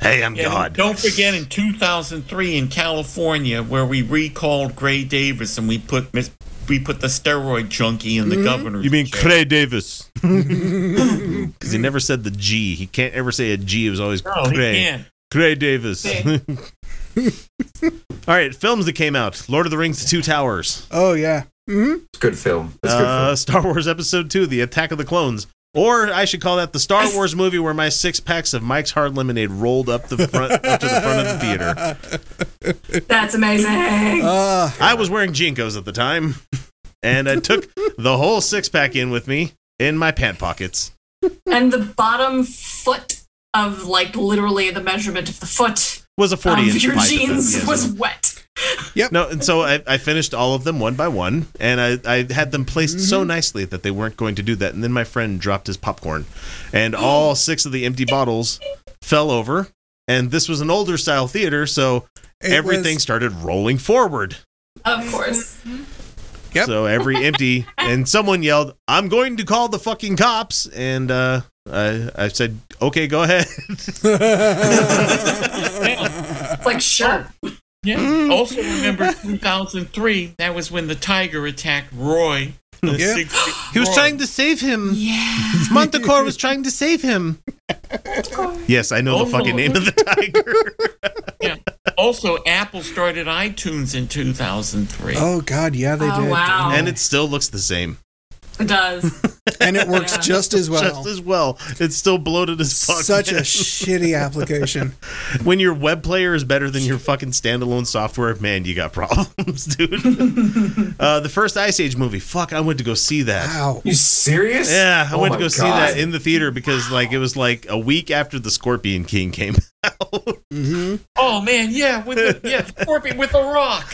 A: Hey, I'm
D: And
A: God.
D: Don't forget in 2003 in California where we recalled Gray Davis and we put mis- we put the steroid junkie in the governor.
A: You mean Cray *laughs* Davis? Because he never said the G. He can't ever say a G. It was always
D: No, he
A: Cray.
D: can't.
A: Cray Davis.
E: Cray.
A: *laughs* All right, films that came out: Lord of the Rings: The Two Towers,
B: Oh yeah. hmm
F: It's a good film. It's
A: *laughs*
F: a good film.
A: uh, Star Wars Episode Two: The Attack of the Clones, or I should call that the Star Wars movie where my six packs of Mike's Hard Lemonade rolled up the front up to the front of the theater. *laughs*
E: That's amazing.
B: Uh,
A: I was wearing jinkos at the time, and I took the whole six pack in with me in my pant pockets.
E: And the bottom foot of like literally the measurement of the foot
A: Was a
E: of
A: forty inch
E: Um, your
A: pipe at the-
E: jeans
A: yes.
E: was wet.
A: No, and so I, I finished all of them one by one, and I, I had them placed so
B: Mm-hmm.
A: nicely that they weren't going to do that. And then my friend dropped his popcorn, and all
B: *gasps*
A: six of the empty bottles fell over. And this was an older style theater, so
B: it
A: everything
B: was-
A: started rolling forward.
E: Of course.
B: Yep.
A: So
B: *laughs*
A: every empty, and someone yelled, "I'm going to call the fucking cops!" And uh, I, I said, "Okay, go ahead." *laughs* *laughs*
E: It's like sure.
A: Oh,
D: Yeah. Also remember 2003. That was when the tiger attacked Roy. The
B: Yeah.
D: six-feet
B: Oh.
D: Roy.
A: to save him.
E: Yeah.
B: *laughs*
A: Montecore was trying to save him. Yes, I know the
D: Oh,
A: fucking
D: Lord.
A: name
B: *laughs*
A: of the tiger.
D: Yeah. Also, Apple started iTunes in 2003.
B: oh God, yeah, they
E: Oh,
B: did.
E: wow.
A: and it still looks the same. *laughs*
E: It does.
B: and it
E: *laughs*
B: works just as well.
A: Just as well. It's still bloated as fuck.
B: Such a
A: man.
B: shitty application.
A: *laughs* when your web player is better than your fucking standalone software, man, you got problems, *laughs* dude. *laughs* uh, the first Ice Age movie. Fuck, I went to go see that.
B: Wow.
F: You serious?
A: Yeah, I
F: Oh
A: went to
F: my
A: go see
F: God.
A: that in the theater because like it was like a week after the Scorpion King came. *laughs*
B: hmm
D: Oh man, yeah, with
A: *laughs*
D: the, yeah, Scorpion with the rock.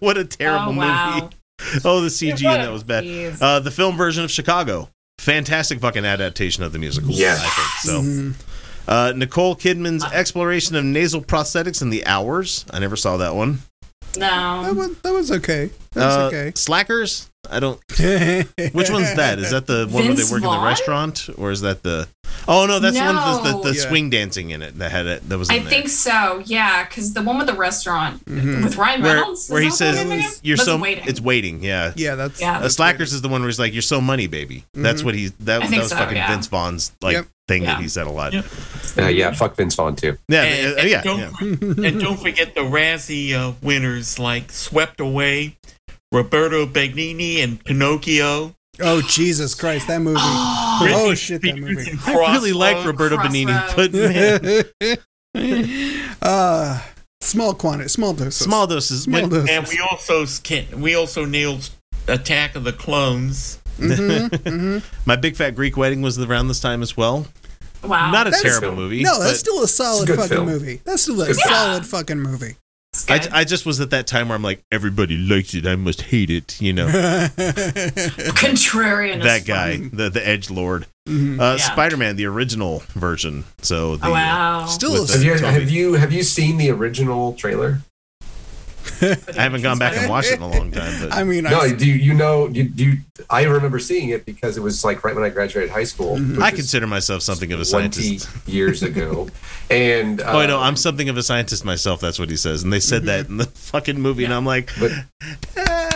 A: what a terrible
E: oh, wow.
A: movie. Oh, the CG
E: Yeah,
A: in that was bad.
E: jeez.
A: Uh, the film version of Chicago. Fantastic fucking adaptation of the musical.
F: Yeah.
A: I think so. Uh, Nicole Kidman's exploration of nasal prosthetics in the hours. I never saw that one.
B: That,
E: No.
B: was, that was okay. That
A: Uh,
B: was okay.
A: Slackers. I don't. Which
E: *laughs*
A: one's that? Is that the one where
E: Vince
A: they work in
E: Vaughn?
A: the restaurant, or is that the? Oh no, that's the one with the, the,
E: No.
A: the
B: Yeah.
A: swing dancing in it that had it. That was. In
E: I
A: there. Mm-hmm.
E: think so. Yeah, because the one with the restaurant
B: Mhm.
E: with Ryan
A: where,
E: Reynolds. is
A: where he
E: that the
A: says
E: name again?
A: you're
E: That's
A: so
E: waiting.
A: it's waiting yeah,
B: *laughs* Yeah, that's
E: Yeah.
A: Uh, slackers is the one where he's like you're so money baby that's what he that,
E: I
A: that
E: think
A: was
E: so,
A: fucking
E: yeah.
A: vince vaughn's like
B: Yep.
A: thing
E: Yeah.
A: that he said a lot
D: Yep.
F: Uh, yeah, fuck Vince Vaughn too.
A: yeah
D: And-
A: uh,
D: and
A: yeah,
D: don't
A: yeah.
D: and don't forget the Razzie uh, winners like Swept Away, Roberto Benigni, and Pinocchio.
B: Oh Jesus Christ, that
E: *gasps*
B: movie.
E: Oh,
B: Oh
D: Britney
B: shit, that
D: Spears
B: movie.
D: and
A: i really like
D: Crossroads.
A: roberto benini but man
B: *laughs*
A: *laughs*
B: uh, small quantity, small doses.
A: small doses *laughs*
B: small
A: when,
B: doses.
D: And we also skin- we also nailed Attack of the Clones.
A: my big fat greek wedding was around this time as well
E: Wow.
A: not a
B: That's-
A: terrible
F: Film.
A: movie
B: No, that's
A: but
B: still a solid
F: good
B: fucking
F: film.
B: movie. That's still a
F: Good film.
B: solid fucking movie. *laughs*
E: It's good.
A: I, I just was at that time where i'm like everybody likes it i must hate it
B: *laughs*
A: you know
E: Contrarian. as
A: that
E: fuck.
A: guy the the edge lord uh
E: Yeah.
A: spider-man the original version so the uh,
E: Oh, wow.
B: still
A: With the-
B: a
F: Have you,
A: Toby.
F: have you have you seen the original trailer?
A: i haven't gone back and watched it in a long time but
B: I mean,
F: No,
B: I,
F: do you, you know? Do you, do you- I remember seeing it because it was like right when I graduated high school.
B: Mm-hmm.
F: which
A: I
F: is
A: consider myself something of a
F: 20
A: scientist. *laughs*
F: years ago, and
A: Oh, I know.
F: uh,
A: I'm something of a scientist myself. That's what he says. And they said that in the *laughs* fucking movie. And I'm like, *laughs*
F: But-
A: "Eh,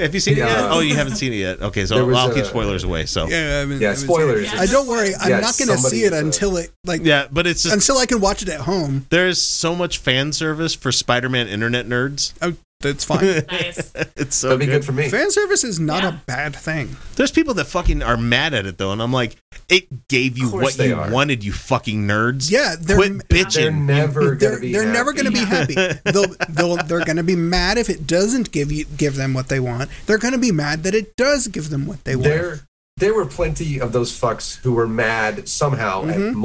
A: have you seen it yet?
F: Yeah.
A: Oh, you haven't seen it yet. Okay,
F: There
A: so
F: was
A: I'll
F: a-
A: keep spoilers away. So yeah,
B: yeah, I mean, I
F: yeah,
B: mean,
F: spoilers.
E: yeah.
B: I don't worry. I'm
F: Yeah,
B: not gonna
F: somebody
B: see it
F: is, uh,
B: until it like
A: but it's just
B: until I can watch it at home.
A: there's so much fan service for Spider-Man internet nerds.
B: Oh, that's
A: *laughs*
B: fine.
E: Nice.
A: It's so
F: That'd
A: good.
F: be good for me.
B: Fan service is not
E: Yeah.
B: a bad thing.
A: There's people that fucking are mad at it though, and I'm like, it gave you
F: Of course
A: what
F: they
A: you
F: are.
A: wanted, you fucking nerds.
B: Yeah, they're
A: quit
F: They're
A: bitching.
F: never gonna
B: they're,
F: be.
B: they're never
F: happy.
B: going to be happy.
A: *laughs*
B: They'll, they'll, they're going to be mad if it doesn't give you give them what they want. They're going to be mad that it does give them what they want.
F: There, there were plenty of those fucks who were mad somehow at
B: Mm-hmm.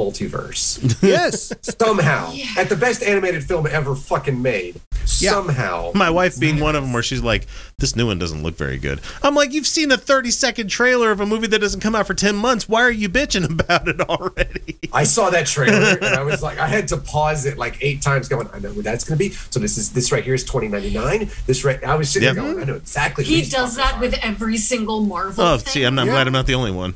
B: *laughs*
F: multiverse.
B: yes, *laughs*
F: somehow at the best animated film ever fucking made.
B: Yeah.
F: Somehow.
A: My wife being one of them, where she's like, "This new one doesn't look very good." I'm like, "You've seen a 30 second trailer of a movie that doesn't come out for 10 months. Why are you bitching *laughs* about it already?"
F: I saw that trailer and I was like, I had to pause it like eight times, going, I know where that's going to be. So this is this right here is twenty ninety nine. This right, I was sitting
A: Yep.
F: there going, I know exactly.
E: He
F: these
E: does
F: fuckers
E: that
F: are.
E: with every single Marvel.
A: Oh,
E: thing.
A: see, I'm, I'm
B: Yeah.
A: glad I'm not the only one.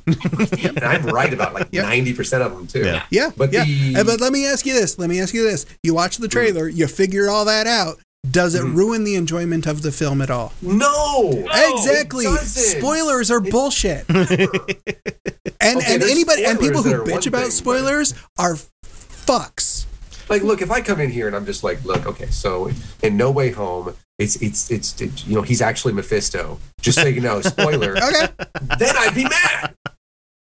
F: and I'm right about like
B: Yep.
F: ninety percent of them too.
A: Yeah.
B: yeah,
F: But
B: yeah.
F: the-
B: Uh, but let me ask you this. Let me ask you this. You watch the trailer. You figure all that out. Does it ruin the enjoyment of the film at all?
F: Mm-hmm. No.
B: exactly.
F: it doesn't.
B: Spoilers are bullshit.
F: *laughs*
B: And
F: Okay,
B: and
F: there's
B: anybody and people
F: spoilers
B: who
F: that are one
B: bitch about
F: thing, but-
B: spoilers are fucks.
F: Like, look, if I come in here and I'm just like, look, okay, so in No Way Home, it's it's it's it, you know he's actually Mephisto. Just so you know, spoiler.
B: Okay.
F: *laughs* then I'd be mad.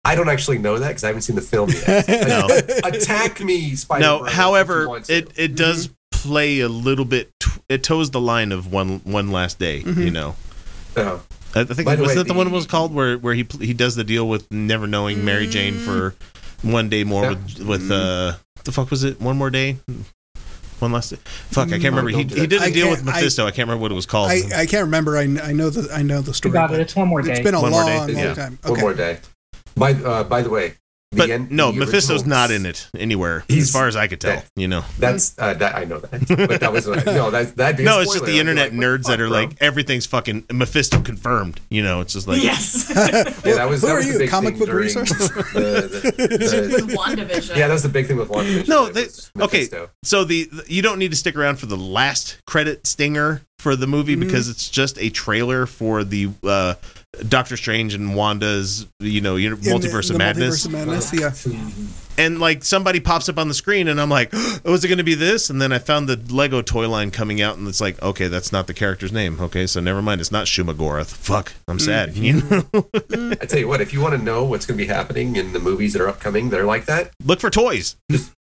F: I don't actually know that because I haven't seen the film
B: *laughs*
F: yet.
A: No.
F: Attack me, Spider.
A: no, however, it it does play a little bit. T- it toes the line of one one last day. You know,
F: No.
A: I I think
F: By
A: was
F: the way,
A: that the one
F: the-
A: it was called where where he pl- he does the deal with never knowing Mary Jane for one day more
F: Yeah.
A: with with uh the fuck was it one more day. One last day. Fuck, I can't remember. He,
F: Mm, don't
A: he
F: do that.
A: did a
B: I
A: deal
B: can't-
A: with
B: I-
A: Mephisto. I, can't remember what it was called.
B: I,
F: uh,
B: I can't remember. I, I know the I know the
H: You
B: story.
H: got it.
B: but
H: It's one more
B: It's
H: day.
B: been a
A: One more
B: long,
A: day,
B: long
F: yeah.
B: time.
F: One
B: Okay.
F: more day. By uh, by the way, the
A: but
F: end-
A: no,
F: the
A: Mephisto's
F: original-
A: not in it anywhere, as
F: He's-
A: far as I could tell.
F: Yeah.
A: You know,
F: That's uh, that I know that, but
A: *laughs*
F: that was uh, no that that
A: no, it's just the internet nerds that are like everything's fucking Mephisto confirmed. You know, it's just like
E: Yes.
F: yeah, that was
B: Who
F: that
B: are
F: was the
B: you,
F: big
B: comic
F: thing
B: book
F: during
B: resources?
F: the-
B: *laughs*
F: the-
E: with WandaVision.
F: the- yeah, that was the big thing with WandaVision.
A: No,
F: It
A: they,
F: was
A: okay.
F: Mephisto.
A: So the the- you don't need to stick around for the last credit stinger for the movie
B: Mm-hmm.
A: because it's just a trailer for the uh, Doctor Strange and Wanda's you know uni-
B: In the-
A: multiverse
B: the
A: of madness.
B: Multiverse of Madness. Yeah.
A: and like somebody pops up on the screen and I'm like, *gasps* oh, is it going to be this? And then I found the Lego toy line coming out and it's like, okay, that's not the character's name. Okay, so never mind. It's not Shumagorath. Fuck, I'm
B: Mm-hmm.
A: sad. *laughs* You know?
F: I tell you what, if you want to know what's going to be happening in the movies that are upcoming that are like that,
A: Look for toys.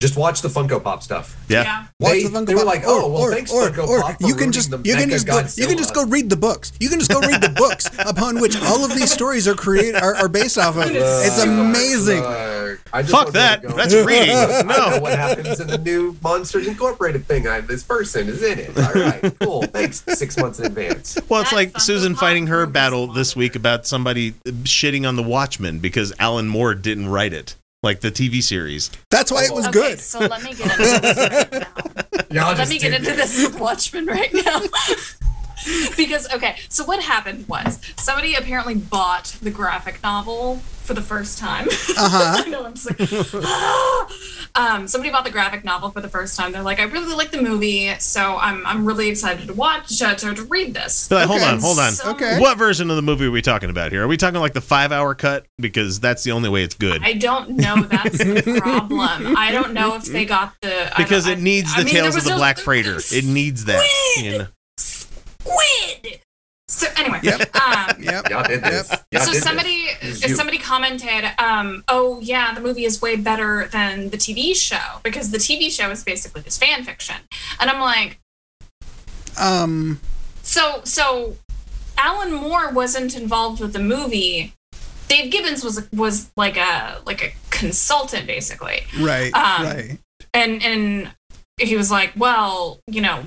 F: just watch the Funko Pop stuff.
A: Yeah.
B: Watch
F: They-
B: the Funko
F: they were
B: Pop.
F: like, oh, well, thanks, Funko Pop, for
B: you can
F: ruining
B: just
F: the
B: you can
F: Mecha
B: just go, you can just go
F: Godzilla.
B: read the books. You can just go read
F: *laughs*
B: the books upon which all of these stories are created are, are based off
E: *laughs* Oh
B: of. It's amazing.
F: Look, I just
A: Fuck
F: want
A: that.
F: them to go,
A: That's reading.
F: I know
A: No.
F: what happens in the new Monsters Incorporated thing. I, this person is in it. All right, cool. Thanks. Six months in advance.
A: Well, it's
E: That
A: like
E: Funko
A: Susan
E: Pop
A: fighting her
E: group is
A: battle
E: fun.
A: this week about somebody shitting on The Watchmen because Alan Moore didn't write it, like the TV series.
B: That's why it was
E: okay,
B: good.
E: so let me get into this right now.
F: Y'all
E: Let
F: just
E: me get
F: do
E: into
F: this.
E: this with Watchmen right now. *laughs* because, okay, so what happened was somebody apparently bought the graphic novel for the first time.
B: Uh-huh.
E: *laughs* I know, I'm just like, *gasps* "Ah." um, somebody bought the graphic novel for the first time. They're like, I really like the movie, so I'm, I'm really excited to watch, uh, to, to read this.
A: But like,
B: Okay.
A: hold on, hold on.
E: So-
B: Okay.
A: What version of the movie are we talking about here? Are we talking like the five hour cut? Because that's the only way it's good.
E: I don't know. That's the problem. I don't know if they got the I
A: because
E: don't-
A: it needs the
E: I- I mean, there
A: Tales of
E: was
A: the
E: no- *laughs*
A: Black Freighter. It needs that.
E: Squid!
A: You know?
E: squid. So anyway,
B: Yep.
E: um,
F: *laughs*
B: Yep.
F: Y'all did this. Y'all
E: so
F: did This.
E: somebody
F: This is
E: if
F: you.
E: somebody commented, um, "Oh yeah, the movie is way better than the TV show because the TV show is basically just fan fiction," and I'm like,
B: Um.
E: "So so, Alan Moore wasn't involved with the movie. Dave Gibbons was was like a like a consultant basically,
B: Right.
E: Um,
B: right.
E: and and he was like, "Well, you know,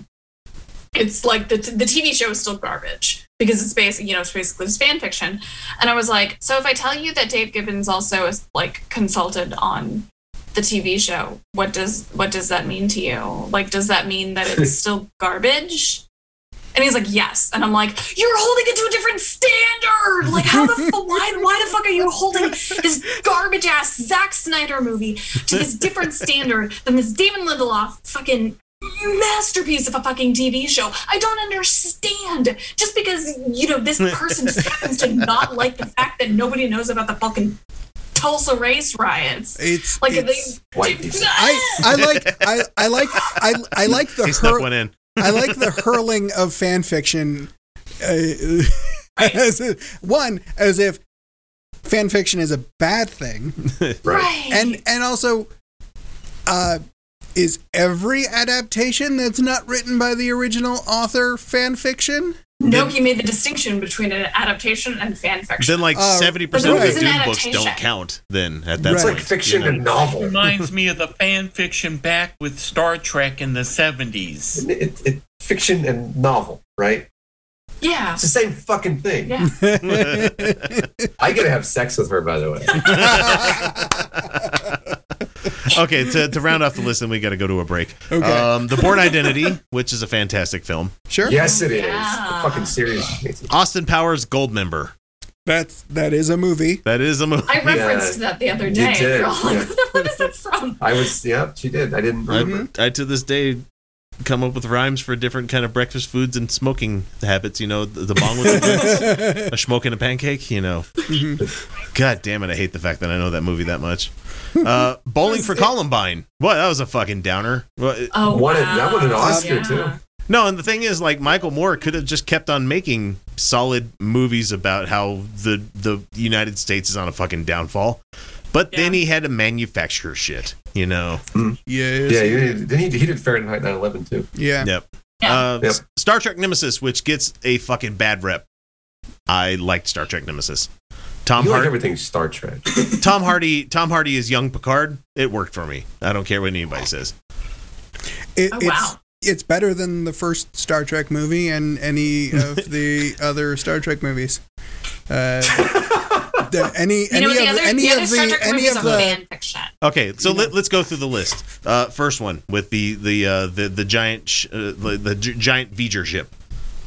E: it's like the the TV show is still garbage because it's basically you know it's basically just fan fiction." And I was like, "So if I tell you that Dave Gibbons also is like consulted on the TV show, what does what does that mean to you? Like, does that mean that it's still garbage?" And he's like, yes. And I'm like, you're holding it to a different standard. Like, how the fuck? Why, why the fuck are you holding this garbage ass Zack Snyder movie to this different standard than this Damon Lindelof fucking masterpiece of a fucking TV show? I don't understand. Just because you know this person just happens to not like the fact that nobody knows about the fucking Tulsa race riots.
B: It's
E: Like,
B: it's-
E: they,
F: White people.
E: *laughs*
B: I I like I I like I I like the
A: He snuck
B: hur-
A: one in.
B: I like the hurling of fan fiction. Uh, *laughs* as if- one as if fan fiction is a bad thing.
E: right.
B: and and also uh is every adaptation that's not written by the original author fan fiction
E: no, he made the distinction between an adaptation and fan fiction.
A: Then like
B: Uh,
A: seventy percent of
B: but
A: the
B: it's
E: an
A: Dune books don't
E: adaptation.
A: count. Then at that
B: Right.
F: It's
A: point,
F: like fiction
A: you know?
F: and novel.
D: Reminds me of the fan fiction back with Star Trek in the 70s.
F: It, it, it, fiction and novel, right?
E: *laughs* yeah.
F: It's the same fucking thing.
E: Yeah.
F: I gotta have sex with her, by
B: *laughs*
F: the way.
A: okay, to, to round off the list, then we got to go to a break.
B: Okay.
A: Um, the Born Identity, which is a fantastic film.
B: sure
F: yes, it is.
E: Yeah.
F: The fucking series.
A: Austin Powers Gold Member.
B: that's that is a movie
A: That is a movie.
E: I
A: *laughs*
E: referenced that the other
F: You
E: day. *laughs*
F: did,
E: You're all like,
F: yeah.
E: what the fuck is that *laughs* from?
F: I was. Yeah, she did. I didn't
B: Mm-hmm.
A: I,
F: remember.
A: I to this day come up with rhymes for different kind of breakfast foods and smoking habits. You know, the, the bong with the nuts, a smoke and a pancake. You know, God damn it! I hate the fact that I know that movie that much. Uh, Bowling for Columbine. What? That was a fucking downer. Well, it-
E: Oh,
F: Wanted-
E: wow.
F: that wanted an Oscar,
E: Yeah.
F: too.
A: No, and the thing is, like Michael Moore could have just kept on making solid movies about how the the United States is on a fucking downfall, but then he had to manufacture shit. You know.
B: yes
F: Yeah, you did. Then he, he did Fahrenheit 9/11 too.
B: yeah
A: Yep.
E: Yeah.
A: Uh,
F: Yep.
A: S- Star Trek Nemesis, which gets a fucking bad rep. I liked Star Trek Nemesis. Tom
F: you like
A: Hardy.
F: everything Star Trek.
A: Tom Hardy. Tom Hardy is young Picard. It worked for me. I don't care what anybody says.
B: It-
E: Oh,
B: it's
E: wow.
B: it's better than the first Star Trek movie and any *laughs* of the other Star Trek movies. *laughs* Uh, the, any
E: You
B: any
E: know,
B: of
E: the other,
B: any
E: the other
B: of
E: Star
B: the
E: Trek
B: any
E: movies
B: of
E: are
B: the
E: fan fiction. *laughs*
A: Okay, so let, let's go through the list. Uh, first one with the the uh, the the giant sh- uh, the, the gi- giant V'ger ship.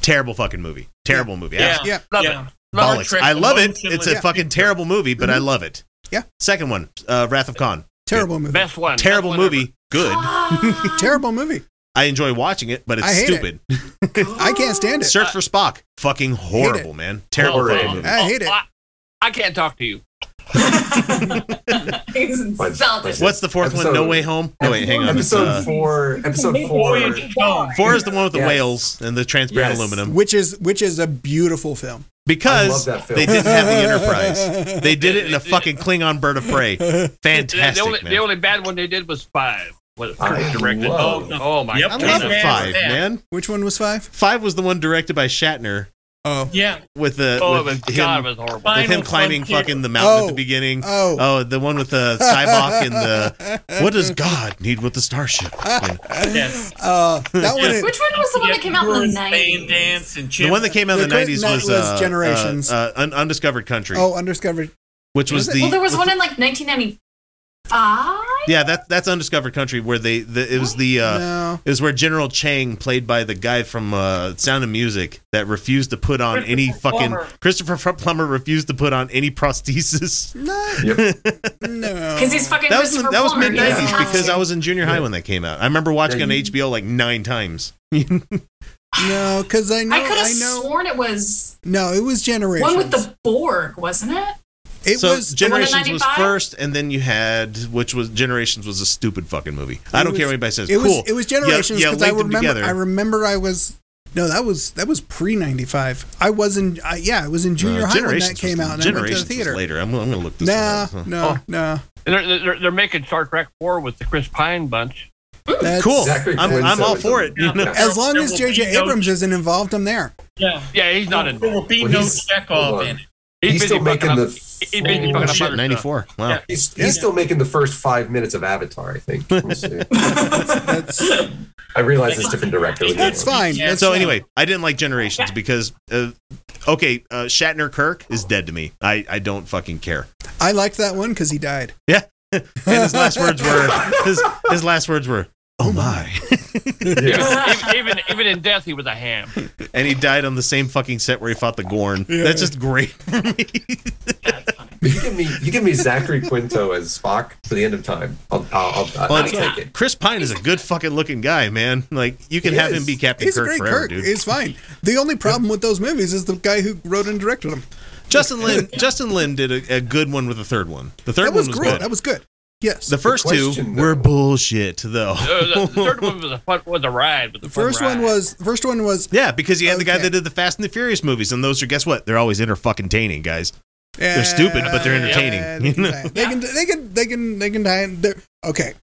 A: Terrible fucking movie. Terrible movie.
C: Yeah.
A: Absolute
B: yeah
C: Love
D: Yeah.
C: it. Star
A: Bollocks.
C: Trek
A: I love it. It's a
C: emotionally-
A: fucking terrible movie, but I love it.
B: Yeah.
A: Second one, uh, Wrath of Khan.
B: terrible movie
C: best one.
A: Terrible
C: Best one ever.
A: movie. Good.
E: Ah,
B: *laughs* terrible movie.
A: I enjoy watching it, but it's
B: I hate it.
A: stupid.
B: I can't stand it.
A: Search for Spock. Fucking horrible, man. Terrible
C: uh,
F: Horrible.
A: fucking movie.
B: I hate it.
C: I, I Oh, can't talk to you.
E: He's insulted.
A: What's the fourth one? No
F: Episode-
A: Way Home? No, wait, hang on. It's,
F: Episode
A: uh,
F: four. Episode four.
C: Voyage home.
A: four is the one with the
F: Yes.
A: whales and the transparent
F: Yes.
A: aluminum.
B: which is which is a beautiful film.
A: Because
F: I love that film.
A: they didn't have the Enterprise. They did it in a fucking Klingon bird of prey.
C: the, only,
A: Fantastic,
C: the
A: man.
C: only bad one they did was five. Was
F: I
C: directed. Oh,
F: love-
C: no. oh my
A: Yep, I
C: god.
A: love
I: Yeah.
A: five,
I: Yeah.
A: man.
B: Which one was five?
A: Five was the one directed by Shatner
B: Oh,
D: Yeah.
A: with the
C: Oh,
A: with,
C: it was,
A: him,
C: God, it was horrible.
A: with him
D: Final
A: climbing
D: frontier.
A: fucking the mountain at
B: Oh.
A: the beginning.
B: Oh.
A: the one with the Cybok and the what does God need with the starship?
C: Yes.
A: *laughs*
B: uh, that one.
E: Which one was the one that came out in the 90s?
D: dance and
A: The one that came out in
B: The
A: the
B: Great
A: nineties
B: Night
A: was,
B: was
A: uh,
B: Generations.
A: uh, uh, Un- Undiscovered Country,
B: oh, undiscovered.
A: which was,
B: was it-
A: the
E: Well, there was one in like 1995.
A: yeah that that's Undiscovered Country where they the, it was the uh,
B: no.
A: it was where General Chang played by the guy from uh, Sound of Music that refused to put on any fucking
C: Plummer.
A: Christopher F- Plummer refused to put on any prosthesis.
B: No. *laughs* no.
E: Because he's fucking
A: That was
E: Christopher
A: that was
E: Plummer,
A: mid
E: he doesn't
A: nineties
E: have
A: because
E: to.
A: I was in junior high
F: Yeah.
A: when that came out. I remember watching
F: Yeah,
A: on
F: you-
A: HBO like nine times.
B: no, because I know.
E: I
B: I,
E: could have
B: know.
E: sworn it was
B: no, it was generations.
E: one with the Borg, wasn't it?
B: It
A: so
B: was
A: Generations was
E: 95?
A: first, and then you had which was Generations was a stupid fucking movie. I
B: It
A: don't care
B: was-
A: what anybody says.
B: It
A: cool.
B: was it was generations
A: yeah,
B: because I
A: link them
B: remember
A: together.
B: I remember I was no that was that was pre ninety five I was in I, yeah I was in junior
A: Uh,
B: high when that
A: Generations
B: came
A: was-
B: out and I went to
A: Generations
B: the theater.
A: was later. I'm, I'm gonna look this
B: Nah,
A: one up. huh.
B: no,
C: Oh.
B: no.
C: They're, they're, they're making Star Trek 4 with the Chris Pine bunch.
B: That's,
A: Cool.
F: Zachary
A: I'm,
F: Quinto
A: I'm all
F: is
A: for
F: a-
A: it. You know?
B: As long
D: There
B: as
D: will
B: J.J.
D: be no-
B: Abrams isn't involved, I'm there.
D: Yeah.
C: Yeah, he's not
D: There will
C: involved.
D: be
F: Well,
D: no
F: he's- hold
D: Chekhov
F: on.
D: in it.
F: He's,
C: He's
F: still
C: busy fucking
F: making
C: up.
F: the.
C: He's busy fucking
A: Oh,
C: up
A: shit,
C: other stuff.
A: 94. Wow.
C: Yeah.
F: He's, he's still making the first five minutes of Avatar. I think.
A: *laughs*
F: We'll see.
B: That's
F: I realize it's different director. with
B: that's
F: that one.
B: fine.
D: Yeah,
B: That's
A: So
B: fine.
A: anyway, I didn't like Generations because, uh, okay, uh, Shatner Kirk is dead to me. I, I don't fucking care. *laughs*
B: I liked that one because he died.
A: Yeah. and his last words were his, his last words were, "Oh my." *laughs*
F: Yeah.
B: Oh,
C: even, even even in death, he was a ham. Uh,
A: and he died on the same fucking set where he fought the Gorn. That's just great for me.
F: You give me, you give me Zachary Quinto as Spock to the end of time. I'll, I'll, I'll, I'll
A: it's
F: take it.
A: Chris Pine is a good fucking looking guy, man. Like you can
F: He
A: have
F: is.
A: him be Captain
B: He's a
A: Kirk
B: great
A: forever,
B: Kirk.
A: dude.
B: It's fine. The only problem with those movies is the guy who wrote and directed them.
A: Justin Lin Justin Lin did a, a good one with the third one. The third
B: That was,
A: one was
B: great.
A: good.
B: That was good. Yes.
A: the first
F: question,
A: two
F: though-
A: were bullshit though.
C: Uh,
B: *laughs*
C: the, the
A: *laughs*
C: third one was a fun, was a ride. Was a
B: the first one was the first one was
A: Yeah, because you had the guy
B: Okay.
A: that did the Fast and the Furious movies, and those are guess what? They're always entertaining, guys.
B: They're
A: stupid, but they're entertaining.
B: eh,
A: *laughs*
B: they, can die. they can they can they can they can die. and they're- okay,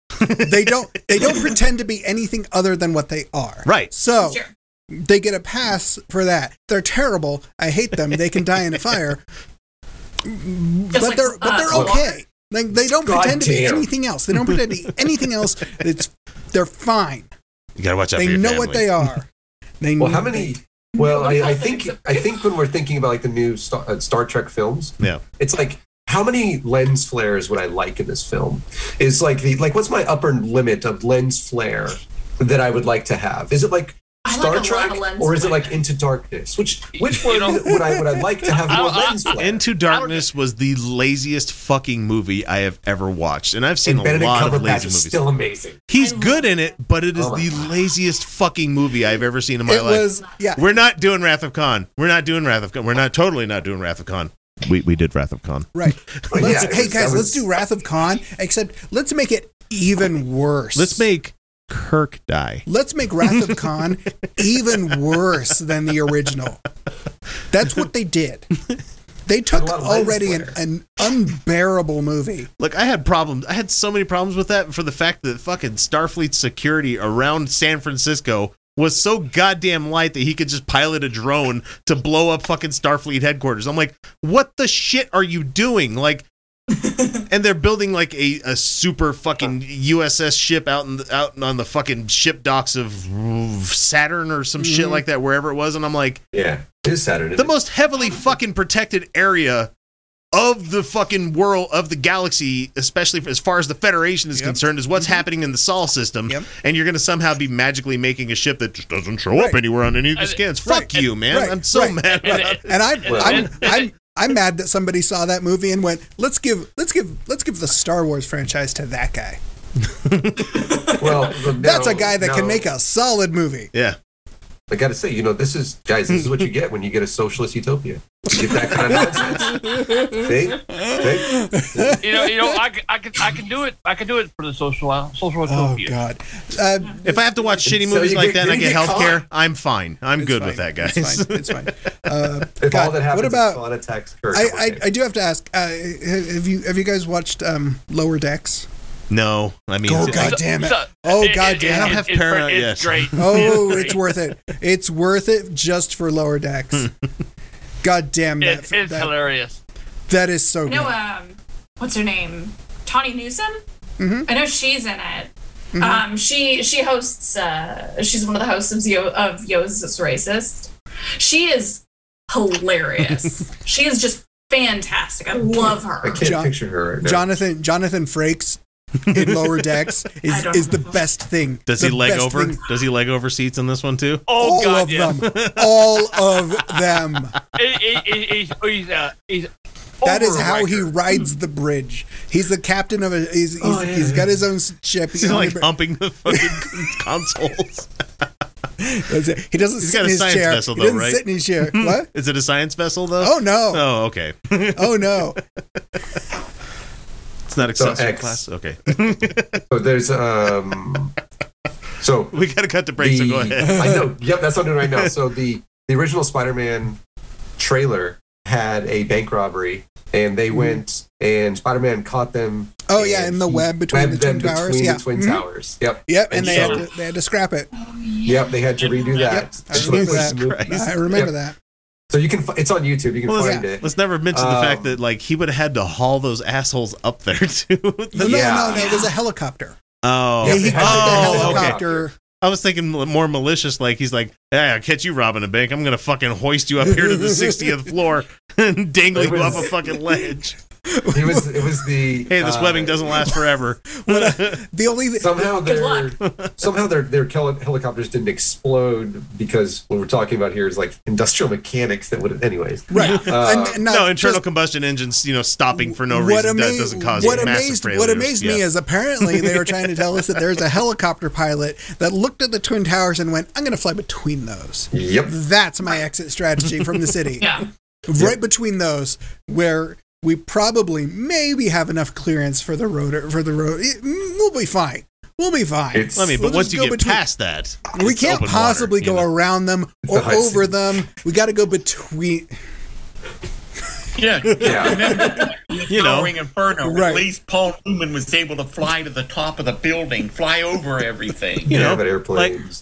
B: they don't
A: *laughs*
B: they don't pretend to be anything other than what they are.
A: Right.
B: So
E: Sure.
B: they get a pass for that. They're terrible. I hate them. They can die in
F: *laughs*
B: a fire, but
E: Just like,
B: they're but
E: uh,
B: they're
E: Spock.
B: okay. Like they don't
F: God
B: pretend to be
F: damn.
B: anything else. They don't pretend
F: *laughs*
B: to be anything else. It's they're fine.
A: You gotta watch out for
B: They
A: your
B: know what
A: family.
B: they are. They
F: Well, how many? Well, I, I think I think when we're thinking about like the new Star, uh, Star Trek films,
A: Yeah.
F: it's like how many lens flares would I like in this film? Is like the like what's my upper limit of lens flare that I would like to have? Is it like
E: I like
F: Star
E: a lot of
F: Trek
E: lens
F: or is it
E: flare.
F: like Into Darkness? Which which
C: You
F: one
C: know-
F: *laughs* would I would I like to have more
C: I- I-
F: lens flare?
A: Into Darkness was the laziest fucking movie I have ever watched, and I've seen
F: and
A: a
F: Benedict
A: lot of
F: Cumberbatch
A: lazy
F: is
A: movies.
F: still amazing.
A: He's good in it, but it is
F: Oh my
A: the laziest fucking movie I've ever seen in my
B: it
A: life.
B: was yeah.
A: We're not doing Wrath of Khan. We're not doing Wrath of Khan. We're not totally not doing Wrath of Khan. We we did Wrath of Khan.
B: Right.
F: But
B: Let's,
F: *laughs* yeah, it
B: hey
F: was-
B: guys,
F: that
B: let's
F: was-
B: do Wrath of Khan, except let's make it even worse.
A: Let's make Kirk die.
B: let's make Wrath of Khan even worse than the original. That's what they did. They took
F: A lot of lens
B: already an,
F: flare.
B: an unbearable movie.
A: Look, I had problems. I had so many problems with that for the fact that fucking Starfleet security around San Francisco was so goddamn light that he could just pilot a drone to blow up fucking Starfleet headquarters. I'm like, what the shit are you doing? Like, and they're building like a, a super fucking USS ship out in the, out on the fucking ship docks of Saturn or some shit like that, wherever it was. And I'm like,
F: Yeah, it is Saturday.
A: the most heavily fucking protected area of the fucking world of the galaxy, especially as far as the Federation is
B: Yep. Mm-hmm.
A: concerned, is what's happening in the Sol system,
B: Yep.
A: and you're going to somehow be magically making a ship that just doesn't show up
B: Right.
A: anywhere on any of the
C: And-
A: scans.
B: right.
A: Fuck you, man!
B: Right.
A: I'm so
B: Right.
A: mad.
C: And-
A: About it.
B: And I'm
A: *laughs*
F: Well-
B: I'm I'm I'm mad that somebody saw that movie and went, "Let's give let's give let's give the Star Wars franchise to that guy.
F: well, no,
B: That's a guy that can
F: no.
B: make a solid movie."
A: Yeah,
F: I got to say, you know, this is guys. This is what you get when you get a socialist utopia. You get that kind of nonsense. See? See?
C: You know, you know,
B: *laughs*
C: I, c- I can, I can do it. I can do it for the social, social
B: Oh
C: utopia.
B: God. Uh,
A: If I have to watch shitty
F: So
A: movies
F: you
A: like
F: get-
A: that and I
F: you
A: get
F: get
A: healthcare, I'm fine. I'm
B: it's
A: good
B: fine.
A: with that, guys.
B: It's fine. It's fine. Uh,
F: If all
B: God,
F: that happens
B: what
F: is
B: about?
F: Fawn attacks Kirk,
B: I,
F: I'm
B: I
F: okay.
B: I do have to ask. Uh, have you have you guys watched um, Lower Decks?
A: No, I mean,
B: Go,
A: it's-
B: God
C: So-
B: damn it!
C: so-
B: Oh,
C: it-
B: God
C: it-
B: damn
A: it.
C: it-
A: Have
C: it's great-
A: Paramount, yes.
C: it's great.
A: *laughs*
B: Oh,
C: great.
B: it's worth it. It's worth it just for
A: *laughs*
B: Lower Decks. God damn that!
C: It's, it's
B: that-
C: hilarious.
B: that is so
E: I
B: good.
E: know, um, what's her name? Tawny Newsom? I know she's in it. Um, she she hosts. Uh, she's one of the hosts of, Yo- of Yo's is Racist. She is hilarious. she is just fantastic. I love
F: I
E: her.
F: can't
B: John-
F: picture her right now.
B: Jonathan Jonathan Frakes in Lower Decks
E: *laughs* I
B: is
E: don't
B: is the
E: know.
B: best thing.
A: does
B: The
A: he leg
B: best
A: over?
B: thing.
A: Does he leg over seats in this one too?
C: Oh
B: all
C: God,
B: of
A: *laughs*
C: yeah.
B: them. All of them.
C: He- he- he- he's, he's, uh, he's
B: That is how he
C: overwriter.
B: rides the bridge. He's the captain of a. He's, he's,
F: Oh, yeah,
B: he's
F: yeah.
B: got his own ship.
A: He's
B: on the
A: *laughs* like
B: *laughs*
A: um,
B: bri-
A: humping the fucking *laughs* consoles.
B: That's it. He doesn't
A: He's
B: sit
A: got
B: in
A: a
B: his
A: science
B: chair.
A: vessel,
B: he
A: though,
B: doesn't
A: right?
B: sit in
A: *laughs*
B: his chair. what?
A: Is it a science vessel though?
B: Oh no!
A: Oh, okay. *laughs*
B: Oh no!
A: It's not
F: So,
A: accessory
F: X.
A: class. Okay, *laughs*
F: So there's um. So
A: we gotta cut the break. So
F: the-
A: go
B: *laughs*
A: ahead.
F: I know. Yep, that's what I'm doing right now. So the the original Spider-Man trailer had a bank robbery, and they went and Spider-Man caught them.
B: Mm-hmm. Oh yeah,
F: and
B: in the
F: he
B: web between the
F: webbed
B: twin
F: them
B: towers.
F: between
B: yeah.
F: the twin
B: Mhm.
F: towers. Yep.
B: Yep, and
F: And
B: they
F: so-
B: had to, they had to scrap it.
A: Oh,
F: Yep, they had to redo that.
B: Yep, I remember
A: Jesus
B: that.
A: Christ.
B: I remember
F: Yep.
B: that.
F: So you can, fi- it's on YouTube. You can
A: Well,
F: find
B: yeah.
F: it.
A: Let's never mention the
F: Um,
A: fact that like he would have had to haul those assholes up there *laughs* too.
B: No, no,
F: Yeah.
B: no, no, There's a helicopter.
A: oh,
B: Yeah, he
F: they had
B: caught
F: to
A: oh,
B: the
F: have a
A: okay.
B: helicopter.
A: I was thinking more malicious, like he's like, "Hey, I'll catch you robbing a bank. I'm gonna fucking hoist you up here to the
B: *laughs*
A: 60th floor *laughs* and dangle you off a fucking ledge."
F: It was, it was the.
A: *laughs* Hey, this
F: uh,
A: webbing doesn't last
B: *laughs*
A: forever.
B: The only
F: Somehow their
E: Good
F: somehow their their heli- helicopters didn't explode because what we're talking about here is like industrial mechanics that would anyways.
B: right. *laughs*
F: Uh,
B: And- and
A: no,
B: not
A: internal
B: just-
A: combustion engines, you know, stopping for no reason that
B: ama-
A: doesn't cause
B: what
A: massive
B: amazed,
A: failures.
B: What amazed me
A: Yeah.
B: is apparently they were trying to tell us that there's a helicopter pilot that looked at the Twin Towers and went, I'm going to fly between those.
F: Yep.
B: That's my exit strategy from
A: *laughs*
B: the city.
E: Yeah.
B: Right between those, where we probably maybe have enough clearance for the road. For the road, It- we'll be fine. We'll be fine.
F: It's,
A: I mean,
B: We'll
A: but once
B: just
A: you
B: go
A: get
B: between-
A: past that,
B: we
A: it's
B: can't
A: open
B: possibly
A: water,
B: go
A: you know?
B: around them or
F: the high
B: over
F: seas.
B: them. We got to go between.
D: Yeah,
F: yeah.
A: *laughs* You know.
D: Towering Inferno.
B: Right.
D: At least Paul Newman was able to fly to the top of the building, fly over everything.
A: you
F: Yeah,
A: know,
F: but airplanes,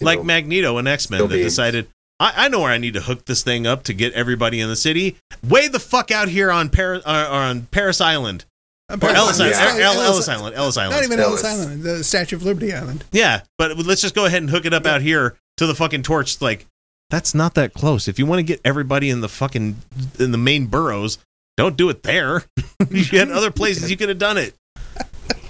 A: like,
F: you
A: like
F: know.
A: Magneto and X Men
F: Still
A: that
F: beams.
A: decided, I, I know where I need to hook this thing up to get everybody in the city. Way the fuck out here on Paris, uh, on Paris Island *laughs* or Ellis,
F: Island.
A: Island,
B: Yeah.
A: Ellis, Ellis Island, Ellis Island.
B: Not even
F: Ellis.
B: Ellis Island, the Statue of Liberty Island.
A: Yeah, but let's just go ahead and hook it up out here to the fucking torch. Like, that's not that close. If you want to get everybody in the fucking in the main boroughs, don't do it there. *laughs* you had other places you could have done it.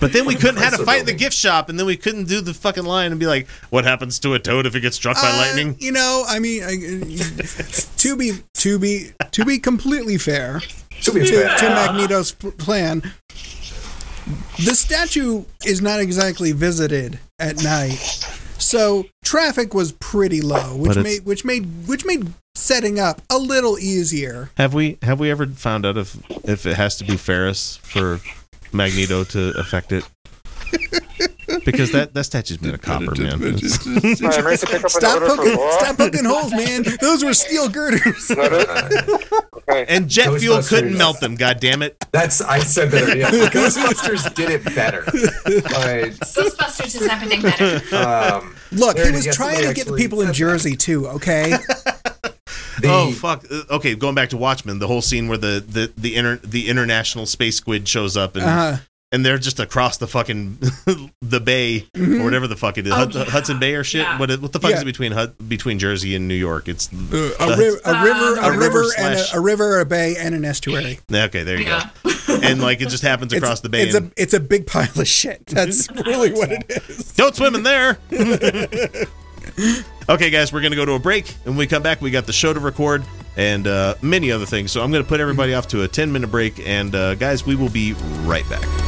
A: But then we couldn't had to fight in the gift shop, and then we couldn't do the fucking line and be like, "What happens to a toad if it gets struck by
B: Uh,
A: lightning?"
B: You know, I
A: *laughs*
B: mean, I, to be to be to be completely fair
F: Should be
B: to,
F: bad.
B: to Magneto's p- plan, the statue is not exactly visited at night, so traffic was pretty low, which
A: But it's-
B: made which made which made setting up a little easier.
A: Have we have we ever found out if if it has to be Ferris for Magneto to affect it? Because that that statue's made of copper, man.
B: Stop poking, stop poking holes, man. Those were steel
F: *laughs*
B: girders.
F: Uh,
A: And jet fuel
F: Ghostbusters.
A: couldn't melt them. God damn it!
F: that's I said
A: *laughs*
F: that. Yeah. Ghostbusters did it better. But
E: Ghostbusters is everything better.
F: um,
B: Look,
F: There
B: he
F: it
B: was
F: is.
B: trying
F: Somebody
B: to get the
F: actually
B: people in
F: said that.
B: Jersey too.
F: *laughs*
B: Okay,
F: the
A: oh fuck! Uh, Okay, going back to Watchmen, the whole scene where the the the, inter, the international space squid shows up and
B: uh,
A: and they're just across the fucking *laughs* the bay or whatever the fuck it is,
E: Oh,
A: Hud-
E: yeah.
A: Hudson Bay or shit.
E: Yeah.
A: What, what the fuck
B: Mm-hmm. Yeah.
A: is it between Hud- between Jersey and New York? It's
B: a, ri- a river,
A: a
B: a
A: river
B: river, and
A: slash-
B: a, a river, a bay, and an estuary.
A: okay. There you
E: Yeah. *laughs*
A: go. And like it just happens across the bay.
B: It's
A: And,
B: a it's a big pile of
A: *laughs*
B: shit. That's really what it is.
A: Don't swim in there. *laughs* okay, guys, we're gonna go to a break, and when we come back, we got the show to record and uh, many other things. So I'm gonna put everybody off to a 10 minute break, and uh, guys, we will be right back.